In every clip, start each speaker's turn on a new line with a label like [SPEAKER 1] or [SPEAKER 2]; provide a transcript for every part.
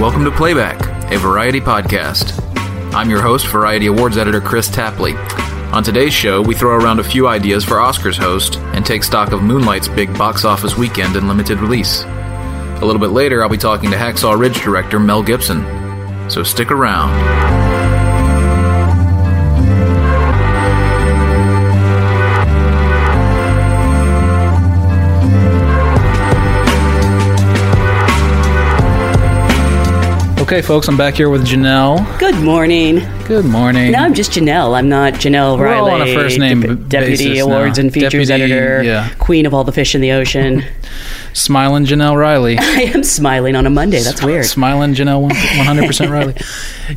[SPEAKER 1] welcome to Playback, a variety podcast. I'm your host, Variety Awards editor Chris Tapley. On today's show, we throw around a few ideas for Oscars host and take stock of Moonlight's big box office weekend and limited release. A little bit later, I'll be talking to Hacksaw Ridge director Mel Gibson. So stick around. Okay, folks, I'm back here with Janelle.
[SPEAKER 2] Good morning.
[SPEAKER 1] Good morning.
[SPEAKER 2] Now I'm just Janelle. I'm not Janelle
[SPEAKER 1] We're all
[SPEAKER 2] Riley.
[SPEAKER 1] on a first name
[SPEAKER 2] Dep-
[SPEAKER 1] b-
[SPEAKER 2] Deputy
[SPEAKER 1] basis
[SPEAKER 2] Awards
[SPEAKER 1] now.
[SPEAKER 2] and Features
[SPEAKER 1] Deputy,
[SPEAKER 2] Editor.
[SPEAKER 1] yeah.
[SPEAKER 2] Queen of all the fish in the ocean.
[SPEAKER 1] Smiling Janelle Riley.
[SPEAKER 2] I am smiling on a Monday. That's weird.
[SPEAKER 1] Smiling Janelle, one- 100% Riley.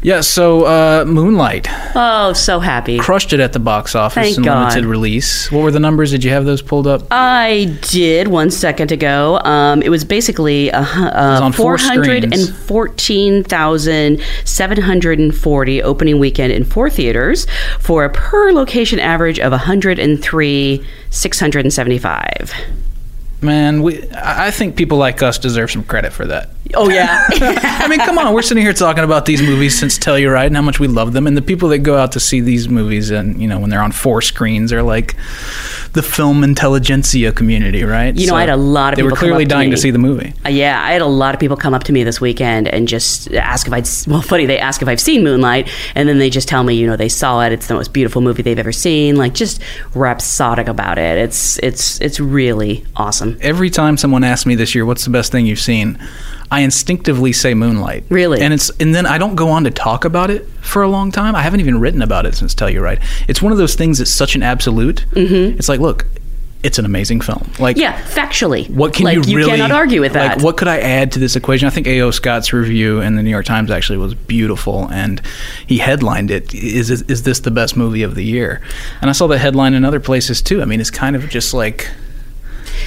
[SPEAKER 1] Yeah, so uh, Moonlight
[SPEAKER 2] Oh, so happy.
[SPEAKER 1] crushed it at the box office
[SPEAKER 2] Thank
[SPEAKER 1] in
[SPEAKER 2] God.
[SPEAKER 1] limited release. What were the numbers? Did you have those pulled up?
[SPEAKER 3] Uh,
[SPEAKER 2] I did one second ago. Um, it was basically uh, hu- uh,
[SPEAKER 1] was on four screens.
[SPEAKER 2] 414,740 opening weekend in four theaters for a per location average of 103,675.
[SPEAKER 1] Man, we, I I think people like us deserve some credit for that.
[SPEAKER 2] Oh, yeah.
[SPEAKER 1] I mean, come on, we're sitting here talking about these movies since Telluride and how much we love them, and the people that go out to see these movies and you know when they're on four screens are like the film intelligentsia community, right?
[SPEAKER 2] You know, I had a lot of
[SPEAKER 1] they were
[SPEAKER 2] people come
[SPEAKER 1] clearly
[SPEAKER 2] up to
[SPEAKER 1] dying to
[SPEAKER 2] me.
[SPEAKER 1] see the movie.
[SPEAKER 2] Uh, Yeah, I had a lot of people come up to me this weekend and just ask if I'd. s- Well, funny, they ask if I've seen Moonlight, and then they just tell me, you know, they saw it. It's the most beautiful movie they've ever seen. Like, just rhapsodic about it. It's it's it's really awesome.
[SPEAKER 1] Every time someone asks me this year, "What's the best thing you've seen?" I instinctively say Moonlight.
[SPEAKER 2] Really?
[SPEAKER 1] And it's and then I don't go on to talk about it for a long time. I haven't even written about it since Telluride. It's one of those things that's such an absolute. Mm-hmm. It's like, look, it's an amazing film. Like,
[SPEAKER 2] Yeah, factually.
[SPEAKER 1] What can
[SPEAKER 2] like,
[SPEAKER 1] you really?
[SPEAKER 2] cannot argue with that.
[SPEAKER 1] Like, what could I add to this equation? I think A.O. Scott's review in the New York Times actually was beautiful, and he headlined it. Is is this the best movie of the year? And I saw the headline in other places too. I mean, it's kind of just like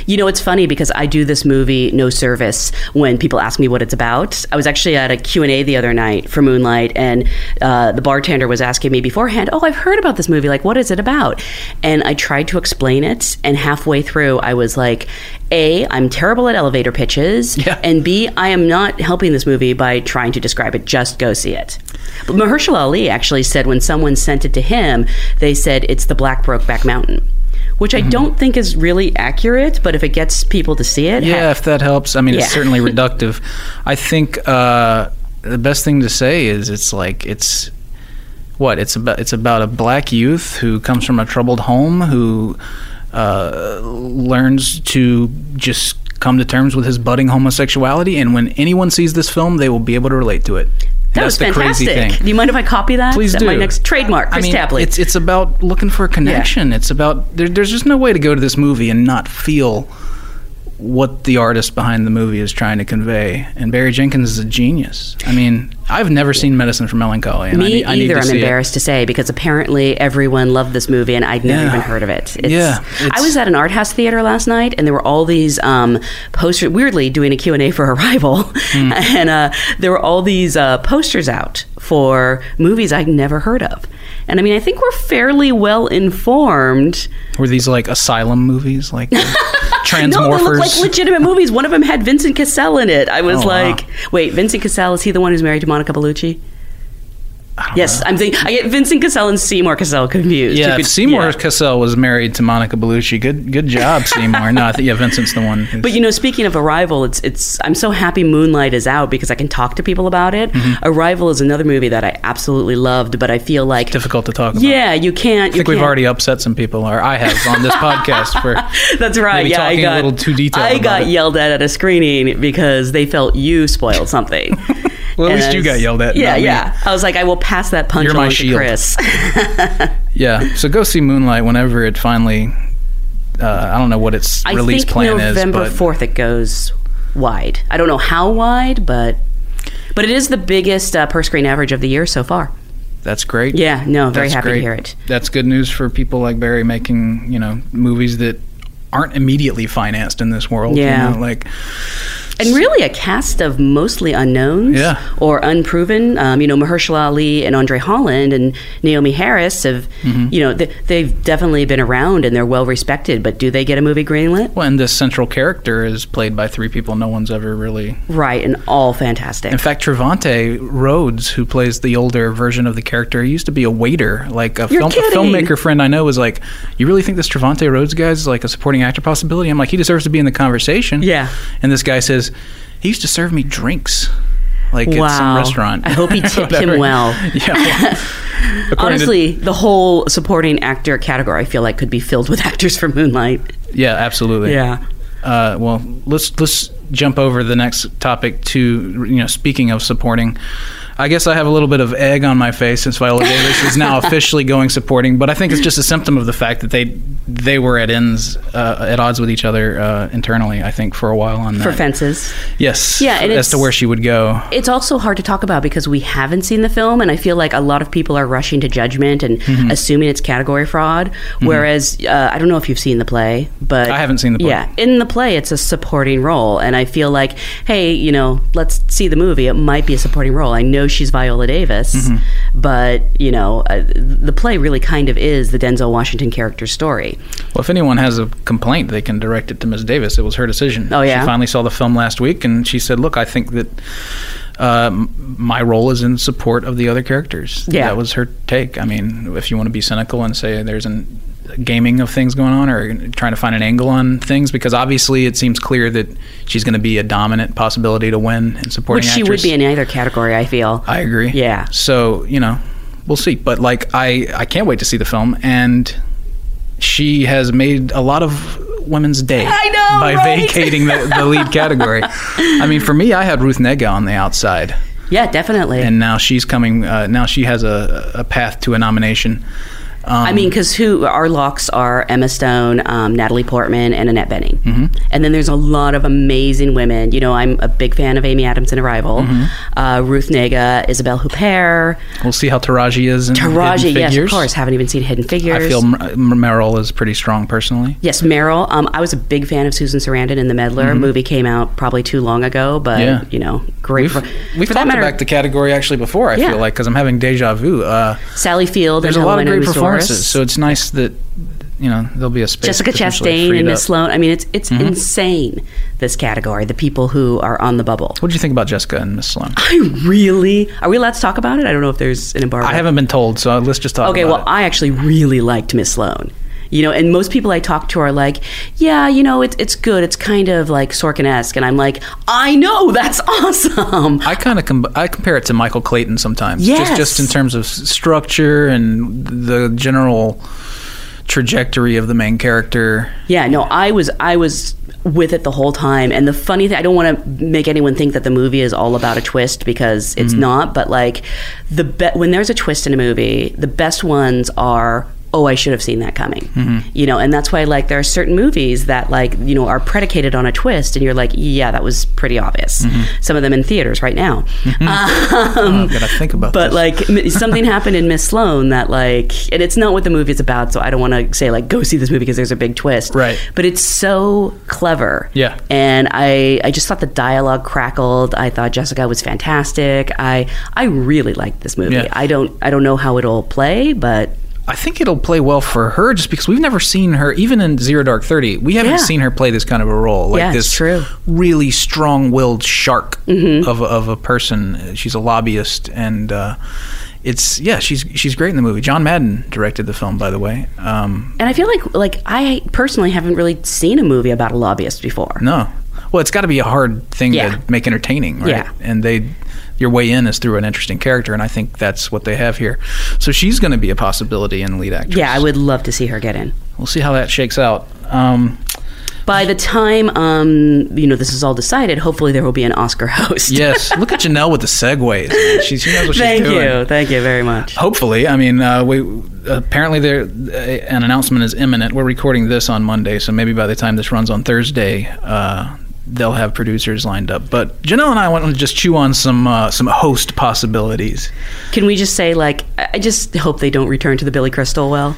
[SPEAKER 2] You know, it's funny because I do this movie no service when people ask me what it's about. I was actually at a Q&A the other night for Moonlight and uh, the bartender was asking me beforehand, "Oh, I've heard about this movie. Like, what is it about?" And I tried to explain it and halfway through I was like, "A, I'm terrible at elevator pitches,
[SPEAKER 1] Yeah.
[SPEAKER 2] and B, I am not helping this movie by trying to describe it. Just go see it." But Mahershala Ali actually said when someone sent it to him, they said it's the Black Brokeback Mountain which
[SPEAKER 1] Mm-hmm.
[SPEAKER 2] I don't think is really accurate, but if it gets people to see it,
[SPEAKER 1] yeah, if that helps. I mean,
[SPEAKER 2] Yeah.
[SPEAKER 1] it's certainly reductive. I think uh, the best thing to say is it's like it's what it's about. It's about a black youth who comes from a troubled home who uh, learns to just come to terms with his budding homosexuality, and when anyone sees this film, they will be able to relate to it.
[SPEAKER 2] that
[SPEAKER 1] That's
[SPEAKER 2] was
[SPEAKER 1] the
[SPEAKER 2] fantastic.
[SPEAKER 1] crazy thing.
[SPEAKER 2] Do you mind if I copy that?
[SPEAKER 1] Please
[SPEAKER 2] Is that
[SPEAKER 1] do.
[SPEAKER 2] My next trademark, Chris
[SPEAKER 1] I mean,
[SPEAKER 2] Tapley.
[SPEAKER 1] It's it's about looking for a connection. It's about there, there's just no way to go to this movie and not feel what the artist behind the movie is trying to convey. And Barry Jenkins is a genius. I mean, I've never seen Medicine for Melancholy, and I
[SPEAKER 2] Me
[SPEAKER 1] need, I need
[SPEAKER 2] either.
[SPEAKER 1] to
[SPEAKER 2] I'm
[SPEAKER 1] see it.
[SPEAKER 2] embarrassed to say because apparently everyone loved this movie and I'd never
[SPEAKER 1] Yeah.
[SPEAKER 2] even heard of it. It's,
[SPEAKER 1] Yeah,
[SPEAKER 2] I
[SPEAKER 1] it's-
[SPEAKER 2] was at an art house theater last night and there were all these um, posters. Weirdly, doing a Q and A for Arrival,
[SPEAKER 1] Hmm.
[SPEAKER 2] and uh, there were all these uh, posters out for movies I'd never heard of. And I mean, I think we're fairly well informed.
[SPEAKER 1] Were these like asylum movies, like Transmorphers?
[SPEAKER 2] No, they look like legitimate movies. One of them had Vincent Cassell in it. I was
[SPEAKER 1] Oh, wow.
[SPEAKER 2] like, wait, Vincent Cassell is he the one who's married to Monica Bellucci? Yes, I'm thinking. I get Vincent Cassell and Seymour Cassell confused.
[SPEAKER 1] yeah,
[SPEAKER 2] Who
[SPEAKER 1] if
[SPEAKER 2] could-
[SPEAKER 1] Seymour
[SPEAKER 2] yeah.
[SPEAKER 1] Cassell was married to Monica Bellucci. Good, good job, Seymour. No, I think yeah, Vincent's the one. who's-
[SPEAKER 2] But you know, speaking of Arrival, it's it's. I'm so happy Moonlight is out because I can talk to people about it.
[SPEAKER 1] Mm-hmm.
[SPEAKER 2] Arrival is another movie that I absolutely loved, but I feel like
[SPEAKER 1] difficult to talk about.
[SPEAKER 2] yeah, you can't.
[SPEAKER 1] I think we've already upset some people, or I have on this podcast. For
[SPEAKER 2] That's right.
[SPEAKER 1] maybe
[SPEAKER 2] yeah,
[SPEAKER 1] talking
[SPEAKER 2] I
[SPEAKER 1] a
[SPEAKER 2] got
[SPEAKER 1] little too detailed
[SPEAKER 2] I
[SPEAKER 1] about
[SPEAKER 2] got
[SPEAKER 1] it.
[SPEAKER 2] yelled at at a screening because they felt you spoiled something.
[SPEAKER 1] Well, at
[SPEAKER 2] And
[SPEAKER 1] least
[SPEAKER 2] I
[SPEAKER 1] you
[SPEAKER 2] was-
[SPEAKER 1] got yelled at,
[SPEAKER 2] Yeah,
[SPEAKER 1] not me.
[SPEAKER 2] yeah. I was like, I will pass that punch
[SPEAKER 1] You're my
[SPEAKER 2] along to
[SPEAKER 1] shield.
[SPEAKER 2] Chris.
[SPEAKER 1] yeah, so go see Moonlight whenever it finally. Uh, I don't know what its
[SPEAKER 2] I
[SPEAKER 1] release
[SPEAKER 2] think
[SPEAKER 1] plan
[SPEAKER 2] November
[SPEAKER 1] is, but
[SPEAKER 2] fourth it goes wide. I don't know how wide, but but it is the biggest uh, per screen average of the year so far.
[SPEAKER 1] that's great.
[SPEAKER 2] Yeah, no, very
[SPEAKER 1] That's
[SPEAKER 2] happy to
[SPEAKER 1] great.
[SPEAKER 2] hear it.
[SPEAKER 1] That's good news for people like Barry making you know movies that aren't immediately financed in this world. you
[SPEAKER 2] Yeah.
[SPEAKER 1] know, like
[SPEAKER 2] and really a cast of mostly unknowns
[SPEAKER 1] Yeah.
[SPEAKER 2] or unproven. Um, you know, Mahershala Ali and Andre Holland and Naomi Harris have,
[SPEAKER 1] Mm-hmm.
[SPEAKER 2] you know, they, they've definitely been around and they're well respected. But do they get a movie greenlit?
[SPEAKER 1] Well, and this central character is played by three people no one's ever really.
[SPEAKER 2] Right, and all fantastic.
[SPEAKER 1] In fact, Trevante Rhodes, who plays the older version of the character, he used to be a waiter. Like a,
[SPEAKER 2] You're
[SPEAKER 1] film, a
[SPEAKER 2] kidding.
[SPEAKER 1] filmmaker friend I know was like, "You really think this Trevante Rhodes guy is like a supporting actor possibility?" I'm like, "He deserves to be in the conversation."
[SPEAKER 2] Yeah.
[SPEAKER 1] And this guy says, "He used to serve me drinks." Like at some
[SPEAKER 2] Wow.
[SPEAKER 1] restaurant.
[SPEAKER 2] I hope he tipped him
[SPEAKER 1] Whatever.
[SPEAKER 2] well.
[SPEAKER 1] Yeah. well, according to-
[SPEAKER 2] Honestly, the whole supporting actor category I feel like could be filled with actors from Moonlight.
[SPEAKER 1] yeah, absolutely.
[SPEAKER 2] Yeah.
[SPEAKER 1] Uh, well, let's let's jump over the next topic to you know. Speaking of supporting, I guess I have a little bit of egg on my face since Viola Davis is now officially going supporting, but I think it's just a symptom of the fact that they they were at ends uh, at odds with each other uh, internally. I think for a while on that.
[SPEAKER 2] For fences.
[SPEAKER 1] yes.
[SPEAKER 2] Yeah, and
[SPEAKER 1] as to
[SPEAKER 2] it's-
[SPEAKER 1] where she would go.
[SPEAKER 2] It's also hard to talk about because we haven't seen the film, and I feel like a lot of people are rushing to judgment and
[SPEAKER 1] Mm-hmm.
[SPEAKER 2] assuming it's category fraud. Whereas uh, I don't know if you've seen the play, but
[SPEAKER 1] I haven't seen the play.
[SPEAKER 2] Yeah, in the play, it's a supporting role, and I feel like, hey, you know, let's see the movie. It might be a supporting role. I know she's Viola Davis,
[SPEAKER 1] Mm-hmm.
[SPEAKER 2] but you know, uh, the play really kind of is the Denzel Washington character's story.
[SPEAKER 1] Well, if anyone has a complaint, they can direct it to Ms. Davis. It was her decision.
[SPEAKER 2] Oh, yeah?
[SPEAKER 1] She finally saw the film last week, and she said, "Look, I think that uh, m- my role is in support of the other characters."
[SPEAKER 2] Yeah.
[SPEAKER 1] that was her take. I mean, if you want to be cynical and say there's an gaming of things going on or trying to find an angle on things because obviously it seems clear that she's going to be a dominant possibility to win and supporting
[SPEAKER 2] Which she would
[SPEAKER 1] actress.
[SPEAKER 2] be in either category, I feel.
[SPEAKER 1] I agree.
[SPEAKER 2] Yeah.
[SPEAKER 1] So you know, we'll see. But like, I I can't wait to see the film, and she has made a lot of women's day
[SPEAKER 2] I know,
[SPEAKER 1] by
[SPEAKER 2] right?
[SPEAKER 1] vacating the, the lead category. I mean, for me, I had Ruth Nega on the outside,
[SPEAKER 2] yeah, definitely.
[SPEAKER 1] and now she's coming. Uh, now she has a, a path to a nomination. Um,
[SPEAKER 2] I mean, because who our locks are Emma Stone, um, Natalie Portman, and Annette Benning,
[SPEAKER 1] Mm-hmm.
[SPEAKER 2] and then there's a lot of amazing women. You know, I'm a big fan of Amy Adams in Arrival,
[SPEAKER 1] Mm-hmm.
[SPEAKER 2] uh, Ruth Nega, Isabel Huppert,
[SPEAKER 1] we'll see how Taraji is in Hidden
[SPEAKER 2] Taraji. Yes, of
[SPEAKER 1] Figures.
[SPEAKER 2] course. Haven't even seen Hidden Figures.
[SPEAKER 1] I feel M- M- Meryl is pretty strong personally.
[SPEAKER 2] Yes, Meryl. Um, I was a big fan of Susan Sarandon in The Meddler. Movie came out probably too long ago, but
[SPEAKER 1] Mm-hmm. Yeah.
[SPEAKER 2] you know, great.
[SPEAKER 1] We've,
[SPEAKER 2] for,
[SPEAKER 1] we've
[SPEAKER 2] for
[SPEAKER 1] talked
[SPEAKER 2] that matter,
[SPEAKER 1] about the category actually before. I
[SPEAKER 2] Yeah.
[SPEAKER 1] feel like because I'm having deja vu. Uh,
[SPEAKER 2] Sally Field.
[SPEAKER 1] There's
[SPEAKER 2] and
[SPEAKER 1] a lot of
[SPEAKER 2] Helena
[SPEAKER 1] great
[SPEAKER 2] Usoris.
[SPEAKER 1] performances, so it's nice that you know there'll be a space.
[SPEAKER 2] Jessica
[SPEAKER 1] potentially
[SPEAKER 2] Chastain
[SPEAKER 1] freed
[SPEAKER 2] and Miss
[SPEAKER 1] up. Mm-hmm.
[SPEAKER 2] Sloan. I mean, it's it's insane this category. The people who are on the bubble.
[SPEAKER 1] What do you think about Jessica and Miss Sloan?
[SPEAKER 2] I really are we allowed to talk about it? I don't know if there's an embargo.
[SPEAKER 1] I haven't been told, so let's just talk.
[SPEAKER 2] Okay,
[SPEAKER 1] about
[SPEAKER 2] well,
[SPEAKER 1] it.
[SPEAKER 2] I actually really liked Miss Sloan. You know, and most people I talk to are like, "Yeah, you know, it's it's good. It's kind of like Sorkin-esque," and I'm like, "I know, that's awesome."
[SPEAKER 1] I kind of com- I compare it to Michael Clayton sometimes. Just,
[SPEAKER 2] Yes.
[SPEAKER 1] just in terms of s- structure and the general trajectory of the main character.
[SPEAKER 2] Yeah, no, I was I was with it the whole time. And the funny thing, I don't want to make anyone think that the movie is all about a twist because it's not. But like the be- when there's a twist in a movie, the best ones are. Oh, I should have seen that coming. You know, and that's why like there are certain movies that like, you know, are predicated on a twist and you're like, yeah, that was pretty obvious. Some of them in theaters right now. Um,
[SPEAKER 1] I've got to uh, think about.
[SPEAKER 2] but
[SPEAKER 1] this.
[SPEAKER 2] like m- something happened in Miss Sloan that like, and it's not what the movie is about, so I don't want to say like go see this movie because there's a big twist.
[SPEAKER 1] Right.
[SPEAKER 2] But it's so clever.
[SPEAKER 1] Yeah.
[SPEAKER 2] And I I just thought the dialogue crackled. I thought Jessica was fantastic. I I really liked this movie.
[SPEAKER 1] Yeah.
[SPEAKER 2] I don't I don't know how it'll play, but
[SPEAKER 1] I think it'll play well for her just because we've never seen her, even in Zero Dark Thirty, we haven't
[SPEAKER 2] Yeah.
[SPEAKER 1] seen her play this kind of a role. Like
[SPEAKER 2] Yeah, it's
[SPEAKER 1] this
[SPEAKER 2] true. Mm-hmm.
[SPEAKER 1] really strong willed shark of, of a person. She's a lobbyist and uh, it's yeah, she's she's great in the movie. John Madden directed the film, by the way. Um,
[SPEAKER 2] and I feel like like I personally haven't really seen a movie about a lobbyist before.
[SPEAKER 1] no. Well it's gotta be a hard thing
[SPEAKER 2] Yeah.
[SPEAKER 1] to make entertaining, right?
[SPEAKER 2] Yeah.
[SPEAKER 1] And they your way in is through an interesting character, and I think that's what they have here. So she's going to be a possibility in lead actress.
[SPEAKER 2] Yeah, I would love to see her get in.
[SPEAKER 1] We'll see how that shakes out. Um,
[SPEAKER 2] By the time um, you know this is all decided, hopefully there will be an Oscar host.
[SPEAKER 1] Yes. Look at Janelle with the segues. man. She, she knows what
[SPEAKER 2] Thank
[SPEAKER 1] she's doing.
[SPEAKER 2] you. Thank you very much.
[SPEAKER 1] Hopefully, I mean, uh, we apparently there uh, an announcement is imminent. We're recording this on Monday, so maybe by the time this runs on Thursday, uh, they'll have producers lined up. But Janelle and I want to just chew on some uh, some host possibilities.
[SPEAKER 2] Can we just say like I I just hope they don't return to the Billy Crystal well.